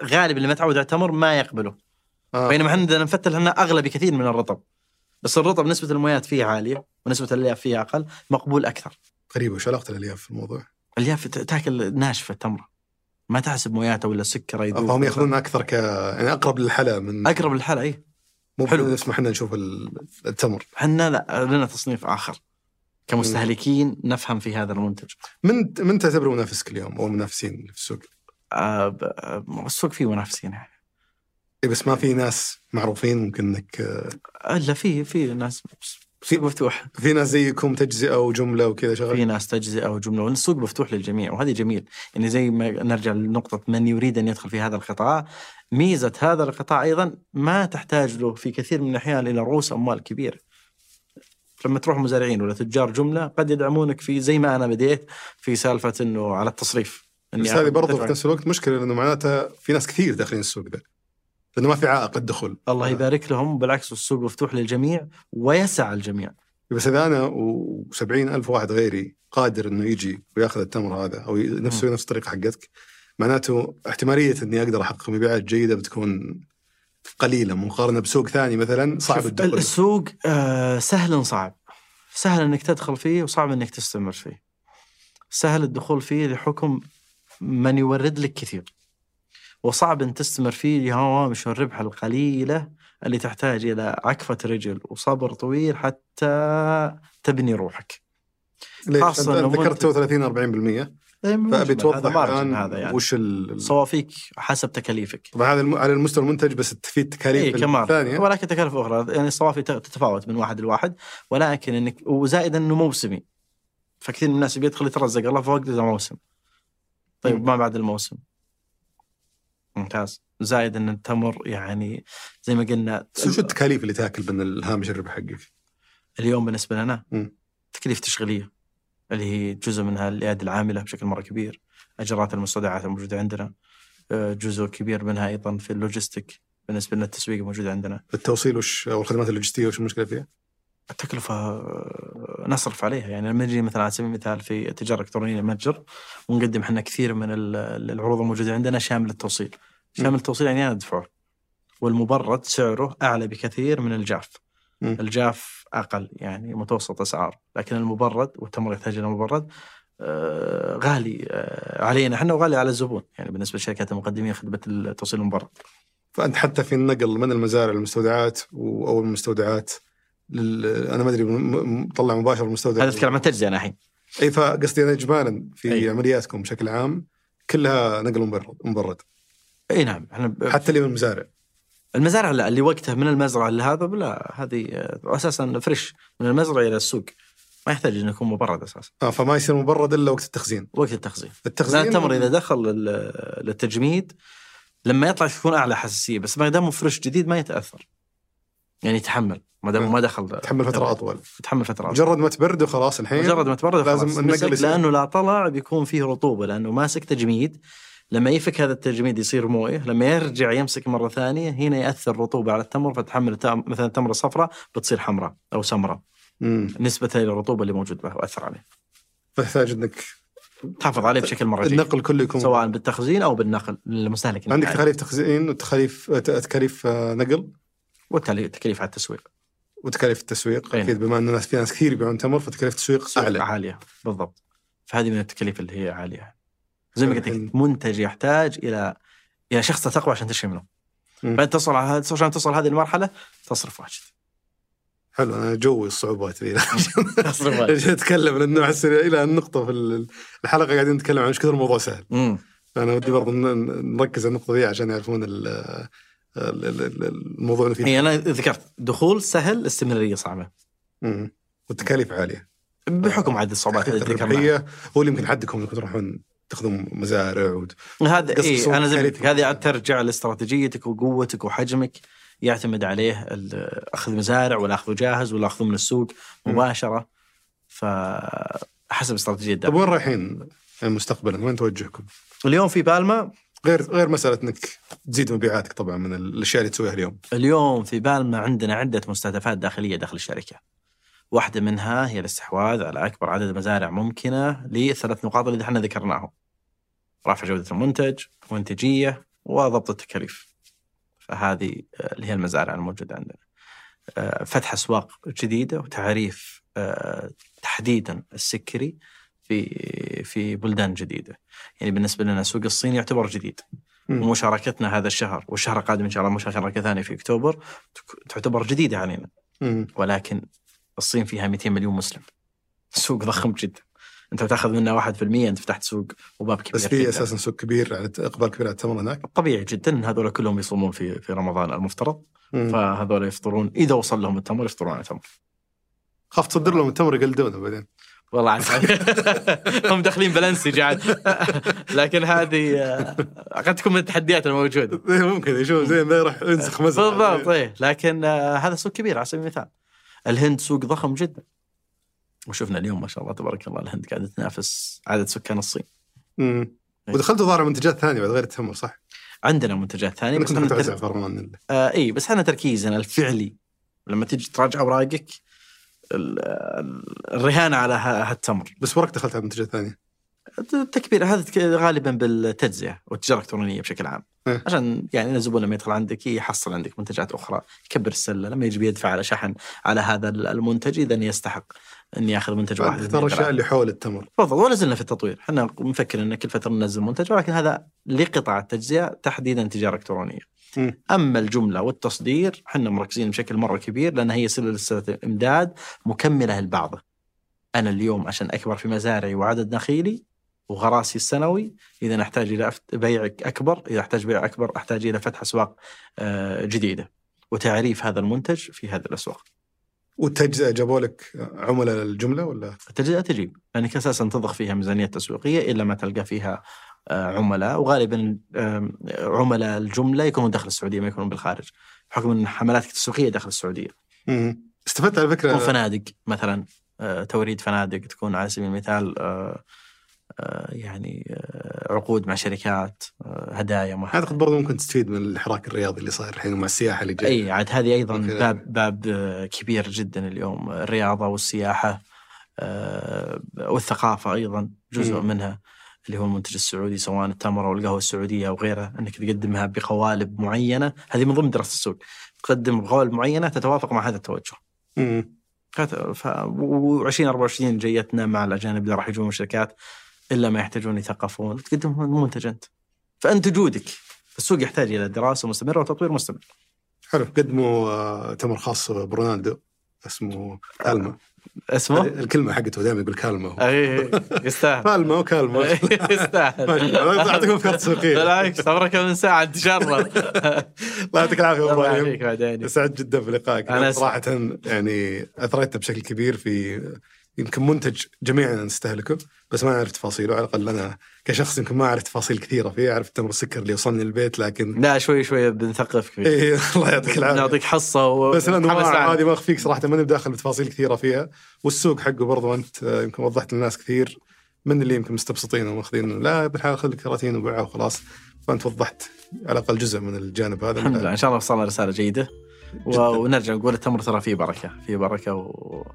Speaker 1: فغالب اللي ما تعود على التمر ما يقبله
Speaker 2: آه.
Speaker 1: بينما عندنا نفتل هنا اغلى بكثير من الرطب بس الرطب نسبة المويات فيه عالية ونسبة الالياف فيه اقل مقبول اكثر
Speaker 2: غريبة وش علاقة الالياف في الموضوع؟
Speaker 1: الالياف ت- تاكل ناشفة تمرة ما تحسب موياته ولا سكره يذوب
Speaker 2: فهم ياخذون اكثر ك يعني اقرب للحلا من
Speaker 1: اقرب للحلا إيه. اي
Speaker 2: مو
Speaker 1: حلو.
Speaker 2: حلو نفس ما احنا نشوف ال- التمر
Speaker 1: احنا لا لنا تصنيف اخر كمستهلكين نفهم في هذا المنتج
Speaker 2: من من تعتبر منافسك اليوم او المنافسين اللي في السوق؟
Speaker 1: آه، ب- آه، السوق فيه منافسين يعني
Speaker 2: إيه بس ما في ناس معروفين ممكن انك
Speaker 1: آه، لا في في ناس السوق مفتوح
Speaker 2: في ناس زيكم تجزئه وجمله وكذا شغال
Speaker 1: في ناس تجزئه وجمله والسوق مفتوح للجميع وهذا جميل يعني زي ما نرجع لنقطه من يريد ان يدخل في هذا القطاع ميزه هذا القطاع ايضا ما تحتاج له في كثير من الاحيان الى رؤوس اموال كبيره لما تروح مزارعين ولا تجار جمله قد يدعمونك في زي ما انا بديت في سالفه انه على التصريف إني
Speaker 2: بس هذه
Speaker 1: آخذ
Speaker 2: برضه
Speaker 1: تدعم.
Speaker 2: في نفس الوقت مشكله لانه معناتها في ناس كثير داخلين السوق ذا لانه ما في عائق الدخول
Speaker 1: الله يبارك لهم بالعكس السوق مفتوح للجميع ويسع الجميع
Speaker 2: بس اذا انا و70 الف واحد غيري قادر انه يجي وياخذ التمر هذا او ي- نفسه نفس الطريقه حقتك معناته احتماليه اني اقدر احقق مبيعات جيده بتكون قليله مقارنه بسوق ثاني مثلا صعب
Speaker 1: شوف،
Speaker 2: الدخول
Speaker 1: السوق آه سهل صعب سهل انك تدخل فيه وصعب انك تستمر فيه سهل الدخول فيه لحكم من يورد لك كثير وصعب ان تستمر فيه لهوامش الربح القليله اللي تحتاج الى عكفه رجل وصبر طويل حتى تبني روحك.
Speaker 2: ليش؟
Speaker 1: خاصة
Speaker 2: أنت-
Speaker 1: إنه
Speaker 2: أنت ذكرت
Speaker 1: منتج-
Speaker 2: تو 30 40% فابي
Speaker 1: هذا
Speaker 2: توضح
Speaker 1: margin
Speaker 2: الان
Speaker 1: هذا يعني
Speaker 2: وش ال...
Speaker 1: صوافيك حسب تكاليفك.
Speaker 2: طبعا هذا الم- على المستوى المنتج بس في
Speaker 1: اي
Speaker 2: التكاليف
Speaker 1: إيه، كمان
Speaker 2: الثانيه
Speaker 1: ولكن تكاليف اخرى يعني الصوافي ت- تتفاوت من واحد لواحد ولكن انك وزائد انه موسمي فكثير من الناس بيدخل يترزق الله في وقت اذا موسم طيب
Speaker 2: مم.
Speaker 1: ما بعد الموسم ممتاز زائد ان التمر يعني زي ما قلنا
Speaker 2: بس وش التكاليف اللي تاكل من الهامش الربح حقك؟
Speaker 1: اليوم بالنسبه لنا
Speaker 2: مم.
Speaker 1: تكليف تشغيليه اللي هي جزء منها الايادي العامله بشكل مره كبير اجرات المستودعات الموجوده عندنا آه، جزء كبير منها ايضا في اللوجستيك بالنسبه لنا التسويق موجود عندنا
Speaker 2: التوصيل وش او الخدمات اللوجستيه وش المشكله فيها؟
Speaker 1: التكلفة آه، نصرف عليها يعني لما نجي مثلا على سبيل المثال في التجارة الإلكترونية متجر ونقدم احنا كثير من ال- ال- العروض الموجودة عندنا شامل التوصيل شامل
Speaker 2: مم.
Speaker 1: التوصيل يعني أنا أدفعه والمبرد سعره أعلى بكثير من الجاف
Speaker 2: مم.
Speaker 1: الجاف أقل يعني متوسط أسعار لكن المبرد والتمر يحتاج إلى مبرد آه، غالي آه، علينا احنا وغالي على الزبون يعني بالنسبة لشركات المقدمين خدمة التوصيل المبرد
Speaker 2: فانت حتى في النقل من المزارع للمستودعات و- او المستودعات لل... انا ما ادري م- م- طلع مباشر المستودع
Speaker 1: هذا تتكلم عن تجزئة أنا الحين
Speaker 2: اي فقصدي انا اجمالا في
Speaker 1: أي.
Speaker 2: عملياتكم بشكل عام كلها نقل مبرد مبرد
Speaker 1: اي نعم احنا ب-
Speaker 2: حتى اللي من المزارع
Speaker 1: المزارع لا اللي وقته من المزرعه لهذا لا هذه آه، اساسا فريش من المزرعه الى السوق ما يحتاج انه يكون مبرد اساسا
Speaker 2: آه فما يصير مبرد الا وقت التخزين
Speaker 1: وقت التخزين
Speaker 2: التخزين
Speaker 1: لان التمر اذا دخل لل- للتجميد لما يطلع يكون اعلى حساسيه بس ما دامه فريش جديد ما يتاثر يعني يتحمل ما دامه
Speaker 2: نعم.
Speaker 1: ما دخل
Speaker 2: تحمل فتره اطول
Speaker 1: يتحمل فتره أطول.
Speaker 2: مجرد ما تبرد وخلاص الحين
Speaker 1: مجرد ما تبرد
Speaker 2: طيب، لازم
Speaker 1: خلاص
Speaker 2: النقل
Speaker 1: مسك
Speaker 2: يصير.
Speaker 1: لانه لا طلع بيكون فيه رطوبه لانه ماسك تجميد لما يفك هذا التجميد يصير مويه لما يرجع يمسك مره ثانيه هنا ياثر رطوبه على التمر فتحمل التم- مثلا التمره صفراء بتصير حمراء او سمراء
Speaker 2: مم.
Speaker 1: نسبه للرطوبه اللي موجود بها واثر عليه
Speaker 2: فيحتاج انك
Speaker 1: تحافظ عليه بشكل مرجعي
Speaker 2: النقل كله يكون
Speaker 1: سواء بالتخزين او بالنقل للمستهلك
Speaker 2: عندك
Speaker 1: النهائي.
Speaker 2: تكاليف تخزين وتكاليف ت- تكاليف آه، نقل
Speaker 1: وبالتالي تكليف على التسويق
Speaker 2: وتكاليف التسويق
Speaker 1: أي نعم.
Speaker 2: اكيد بما ان الناس في ناس كثير يبيعون تمر فتكاليف التسويق
Speaker 1: سوق
Speaker 2: اعلى
Speaker 1: عاليه بالضبط فهذه من التكاليف اللي هي عاليه زي ما قلت
Speaker 2: الحين-
Speaker 1: لك منتج يحتاج الى الى شخص تقوى عشان تشتري منه
Speaker 2: مم.
Speaker 1: بعد تصل على هذا عشان تصل هذه المرحله تصرف واجد
Speaker 2: حلو انا جوي الصعوبات ذي
Speaker 1: تصرف
Speaker 2: ليش اتكلم لانه احس الى النقطه في ال- الحلقه قاعدين نتكلم عن ايش كثر الموضوع سهل
Speaker 1: امم
Speaker 2: فانا ودي برضه ن- ن- نركز على النقطه دي عشان يعرفون ال- ال- ال- ال- الموضوع اللي فيه
Speaker 1: هي انا إيه، ذكرت دخول سهل استمراريه صعبه
Speaker 2: مم. والتكاليف عاليه
Speaker 1: بحكم عدد الصعوبات اللي ذكرناها
Speaker 2: الربحيه هو اللي يمكن حدكم انكم تروحون تاخذون مزارع وت-
Speaker 1: هذا
Speaker 2: قصد سوق
Speaker 1: إيه انا زي ما قلت لك،
Speaker 2: تكاليف.
Speaker 1: هذه عاد ترجع لاستراتيجيتك وقوتك وحجمك يعتمد عليه ال- اخذ مزارع ولا اخذه جاهز ولا اخذه من السوق
Speaker 2: مم.
Speaker 1: مباشره فحسب استراتيجيه
Speaker 2: طيب
Speaker 1: الدولة
Speaker 2: وين رايحين مستقبلا وين توجهكم؟
Speaker 1: اليوم في بالما
Speaker 2: غير غير مساله انك تزيد مبيعاتك طبعا من ال- الاشياء اللي تسويها اليوم
Speaker 1: اليوم في بالما عندنا عدة مستهدفات داخلية داخل الشركة واحدة منها هي الاستحواذ على أكبر عدد مزارع ممكنة للثلاث نقاط اللي احنا ذكرناهم رفع جودة المنتج منتجية وضبط التكاليف فهذه آه، اللي هي المزارع الموجودة عندنا آه، فتح أسواق جديدة وتعريف آه، تحديدا السكري في في بلدان جديدة يعني بالنسبة لنا السوق الصيني يعتبر جديد
Speaker 2: مم.
Speaker 1: ومشاركتنا هذا الشهر والشهر القادم ان شاء الله مشاركه ثانيه في اكتوبر تك- تعتبر جديده علينا
Speaker 2: مم.
Speaker 1: ولكن الصين فيها 200 مليون مسلم سوق ضخم جدا انت بتاخذ منها 1% انت فتحت سوق وباب كبير
Speaker 2: بس في
Speaker 1: جداً.
Speaker 2: اساسا سوق كبير على اقبال كبير على التمر هناك
Speaker 1: طبيعي جدا ان هذول كلهم يصومون في في رمضان المفترض
Speaker 2: مم.
Speaker 1: فهذول يفطرون اذا وصل لهم التمر يفطرون على تمر
Speaker 2: خاف تصدر لهم التمر يقلدونه بعدين
Speaker 1: والله عاد هم داخلين بلنسي عاد لكن هذه آه، قد تكون من التحديات الموجوده
Speaker 2: إيه، ممكن يشوف زين ذا راح انسخ مزرعه
Speaker 1: بالضبط ايه لكن آه، هذا سوق كبير على سبيل المثال الهند سوق ضخم جدا وشفنا اليوم ما شاء الله تبارك الله الهند قاعده تنافس عدد سكان الصين
Speaker 2: مم.
Speaker 1: إيه.
Speaker 2: ودخلتوا ظاهر منتجات ثانيه بعد غير التمر صح؟
Speaker 1: عندنا منتجات ثانيه يعني
Speaker 2: انا
Speaker 1: بس
Speaker 2: كنت
Speaker 1: احنا
Speaker 2: متوزع
Speaker 1: تر...
Speaker 2: في فرمان
Speaker 1: آه اي بس احنا تركيزنا الفعلي لما تيجي تراجع اوراقك ال- ال- الرهان على ه- هالتمر
Speaker 2: بس وراك دخلت على منتجات ثانيه
Speaker 1: التكبير هذا تك- غالبا بالتجزئه والتجاره الالكترونيه بشكل عام
Speaker 2: إيه.
Speaker 1: عشان يعني الزبون لما يدخل عندك يحصل عندك منتجات اخرى يكبر السله لما يجي يدفع على شحن على هذا المنتج اذا يستحق اني اخذ منتج واحد
Speaker 2: ترى الاشياء اللي حول التمر
Speaker 1: تفضل ولا زلنا في التطوير احنا نفكر ان كل فتره ننزل منتج ولكن هذا لقطاع التجزئه تحديدا تجاره الكترونيه
Speaker 2: مم.
Speaker 1: اما الجمله والتصدير احنا مركزين بشكل مره كبير لان هي سلسله امداد مكمله لبعضها انا اليوم عشان اكبر في مزارعي وعدد نخيلي وغراسي السنوي اذا احتاج الى أفت- بيع اكبر اذا احتاج بيع اكبر احتاج الى فتح اسواق آه، جديده وتعريف هذا المنتج في هذه الاسواق
Speaker 2: والتجزئه جابوا لك عملاء للجمله ولا؟
Speaker 1: التجزئه تجيب لانك اساسا تضخ فيها ميزانيه تسويقيه الا ما تلقى فيها آه، عملاء وغالبا آم، عملاء الجمله يكونون داخل السعوديه ما يكونون بالخارج بحكم ان حملاتك التسويقيه داخل السعوديه
Speaker 2: مم. استفدت على فكره
Speaker 1: وفنادق مثلا آه، توريد فنادق تكون على سبيل المثال آه، آه، يعني آه، عقود مع شركات آه، هدايا ما
Speaker 2: اعتقد برضه ممكن تستفيد من الحراك الرياضي اللي صاير الحين مع السياحه اللي جايه
Speaker 1: اي عاد هذه ايضا
Speaker 2: ممكن.
Speaker 1: باب باب آه، كبير جدا اليوم الرياضه والسياحه آه، والثقافه ايضا جزء
Speaker 2: مم.
Speaker 1: منها اللي هو المنتج السعودي سواء التمر او القهوه السعوديه او غيرها انك تقدمها بقوالب معينه هذه من ضمن دراسه السوق تقدم بقوالب معينه تتوافق مع هذا التوجه
Speaker 2: مم.
Speaker 1: فت- ف و2024 جيتنا مع الاجانب اللي راح يجون من شركات الا ما يحتاجون يثقفون تقدم منتج انت فانت جودك السوق يحتاج الى دراسه مستمره وتطوير مستمر
Speaker 2: حلو قدموا آه، تمر خاص برونالدو اسمه الما
Speaker 1: اسمه؟
Speaker 2: الكلمه حقته دائما يقول كالمه
Speaker 1: اي يستاهل
Speaker 2: كالمه وكالمه
Speaker 1: إيه.
Speaker 2: طيب،
Speaker 1: يستاهل
Speaker 2: اعطيكم فكره تسويقيه
Speaker 1: بالعكس عمرك من ساعه انتشرنا
Speaker 2: الله يعطيك العافيه
Speaker 1: الله يعني.
Speaker 2: ابراهيم
Speaker 1: يعافيك بعدين
Speaker 2: سعد جدا بلقائك
Speaker 1: أنا
Speaker 2: أنا صراحة يعني أثريتنا بشكل كبير في يمكن منتج جميعنا نستهلكه بس ما نعرف تفاصيله على الأقل أنا كشخص يمكن ما أعرف تفاصيل كثيرة فيه أعرف التمر السكر اللي وصلني البيت لكن
Speaker 1: لا شوي شوي بنثقفك فيه
Speaker 2: إيه الله يعطيك العافية
Speaker 1: نعطيك حصه و...
Speaker 2: بس
Speaker 1: نتحمس
Speaker 2: الأنواع
Speaker 1: معك.
Speaker 2: هذه ما أخفيك صراحة ماني بداخل بتفاصيل كثيرة فيها والسوق حقه برضو أنت آه، يمكن وضحت للناس كثير من اللي يمكن مستبسطين وماخذين لا بالحال خذ لك كراتين وبيعها وخلاص فأنت وضحت على الأقل جزء من الجانب هذا
Speaker 1: الحمد لله ان شاء الله وصلنا رساله جيده و...
Speaker 2: جداً.
Speaker 1: ونرجع نقول التمر ترى فيه بركه فيه بركه و...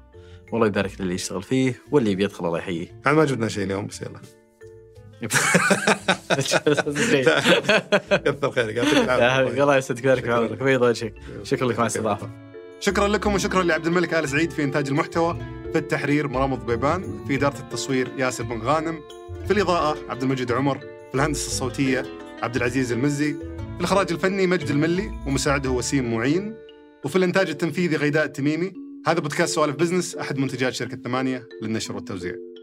Speaker 1: والله يبارك للي يشتغل فيه واللي بيدخل الله يحييه
Speaker 2: أنا ما جبنا شيء اليوم بس يلا كثر خيرك يعطيك
Speaker 1: لا،
Speaker 2: العافية.
Speaker 1: الله يسعدك يبارك في
Speaker 2: شكراً.
Speaker 1: عمرك بيض وجهك شكرا لك مع الاستضافه
Speaker 2: شكرا لكم وشكرا لعبد الملك ال سعيد في انتاج المحتوى في التحرير مرام بيبان في اداره التصوير ياسر بن غانم في الاضاءه عبد المجيد عمر في الهندسه الصوتيه عبد العزيز المزي في الاخراج الفني مجد الملي ومساعده وسيم معين وفي الانتاج التنفيذي غيداء التميمي هذا بودكاست سوالف بزنس احد منتجات شركه ثمانيه للنشر والتوزيع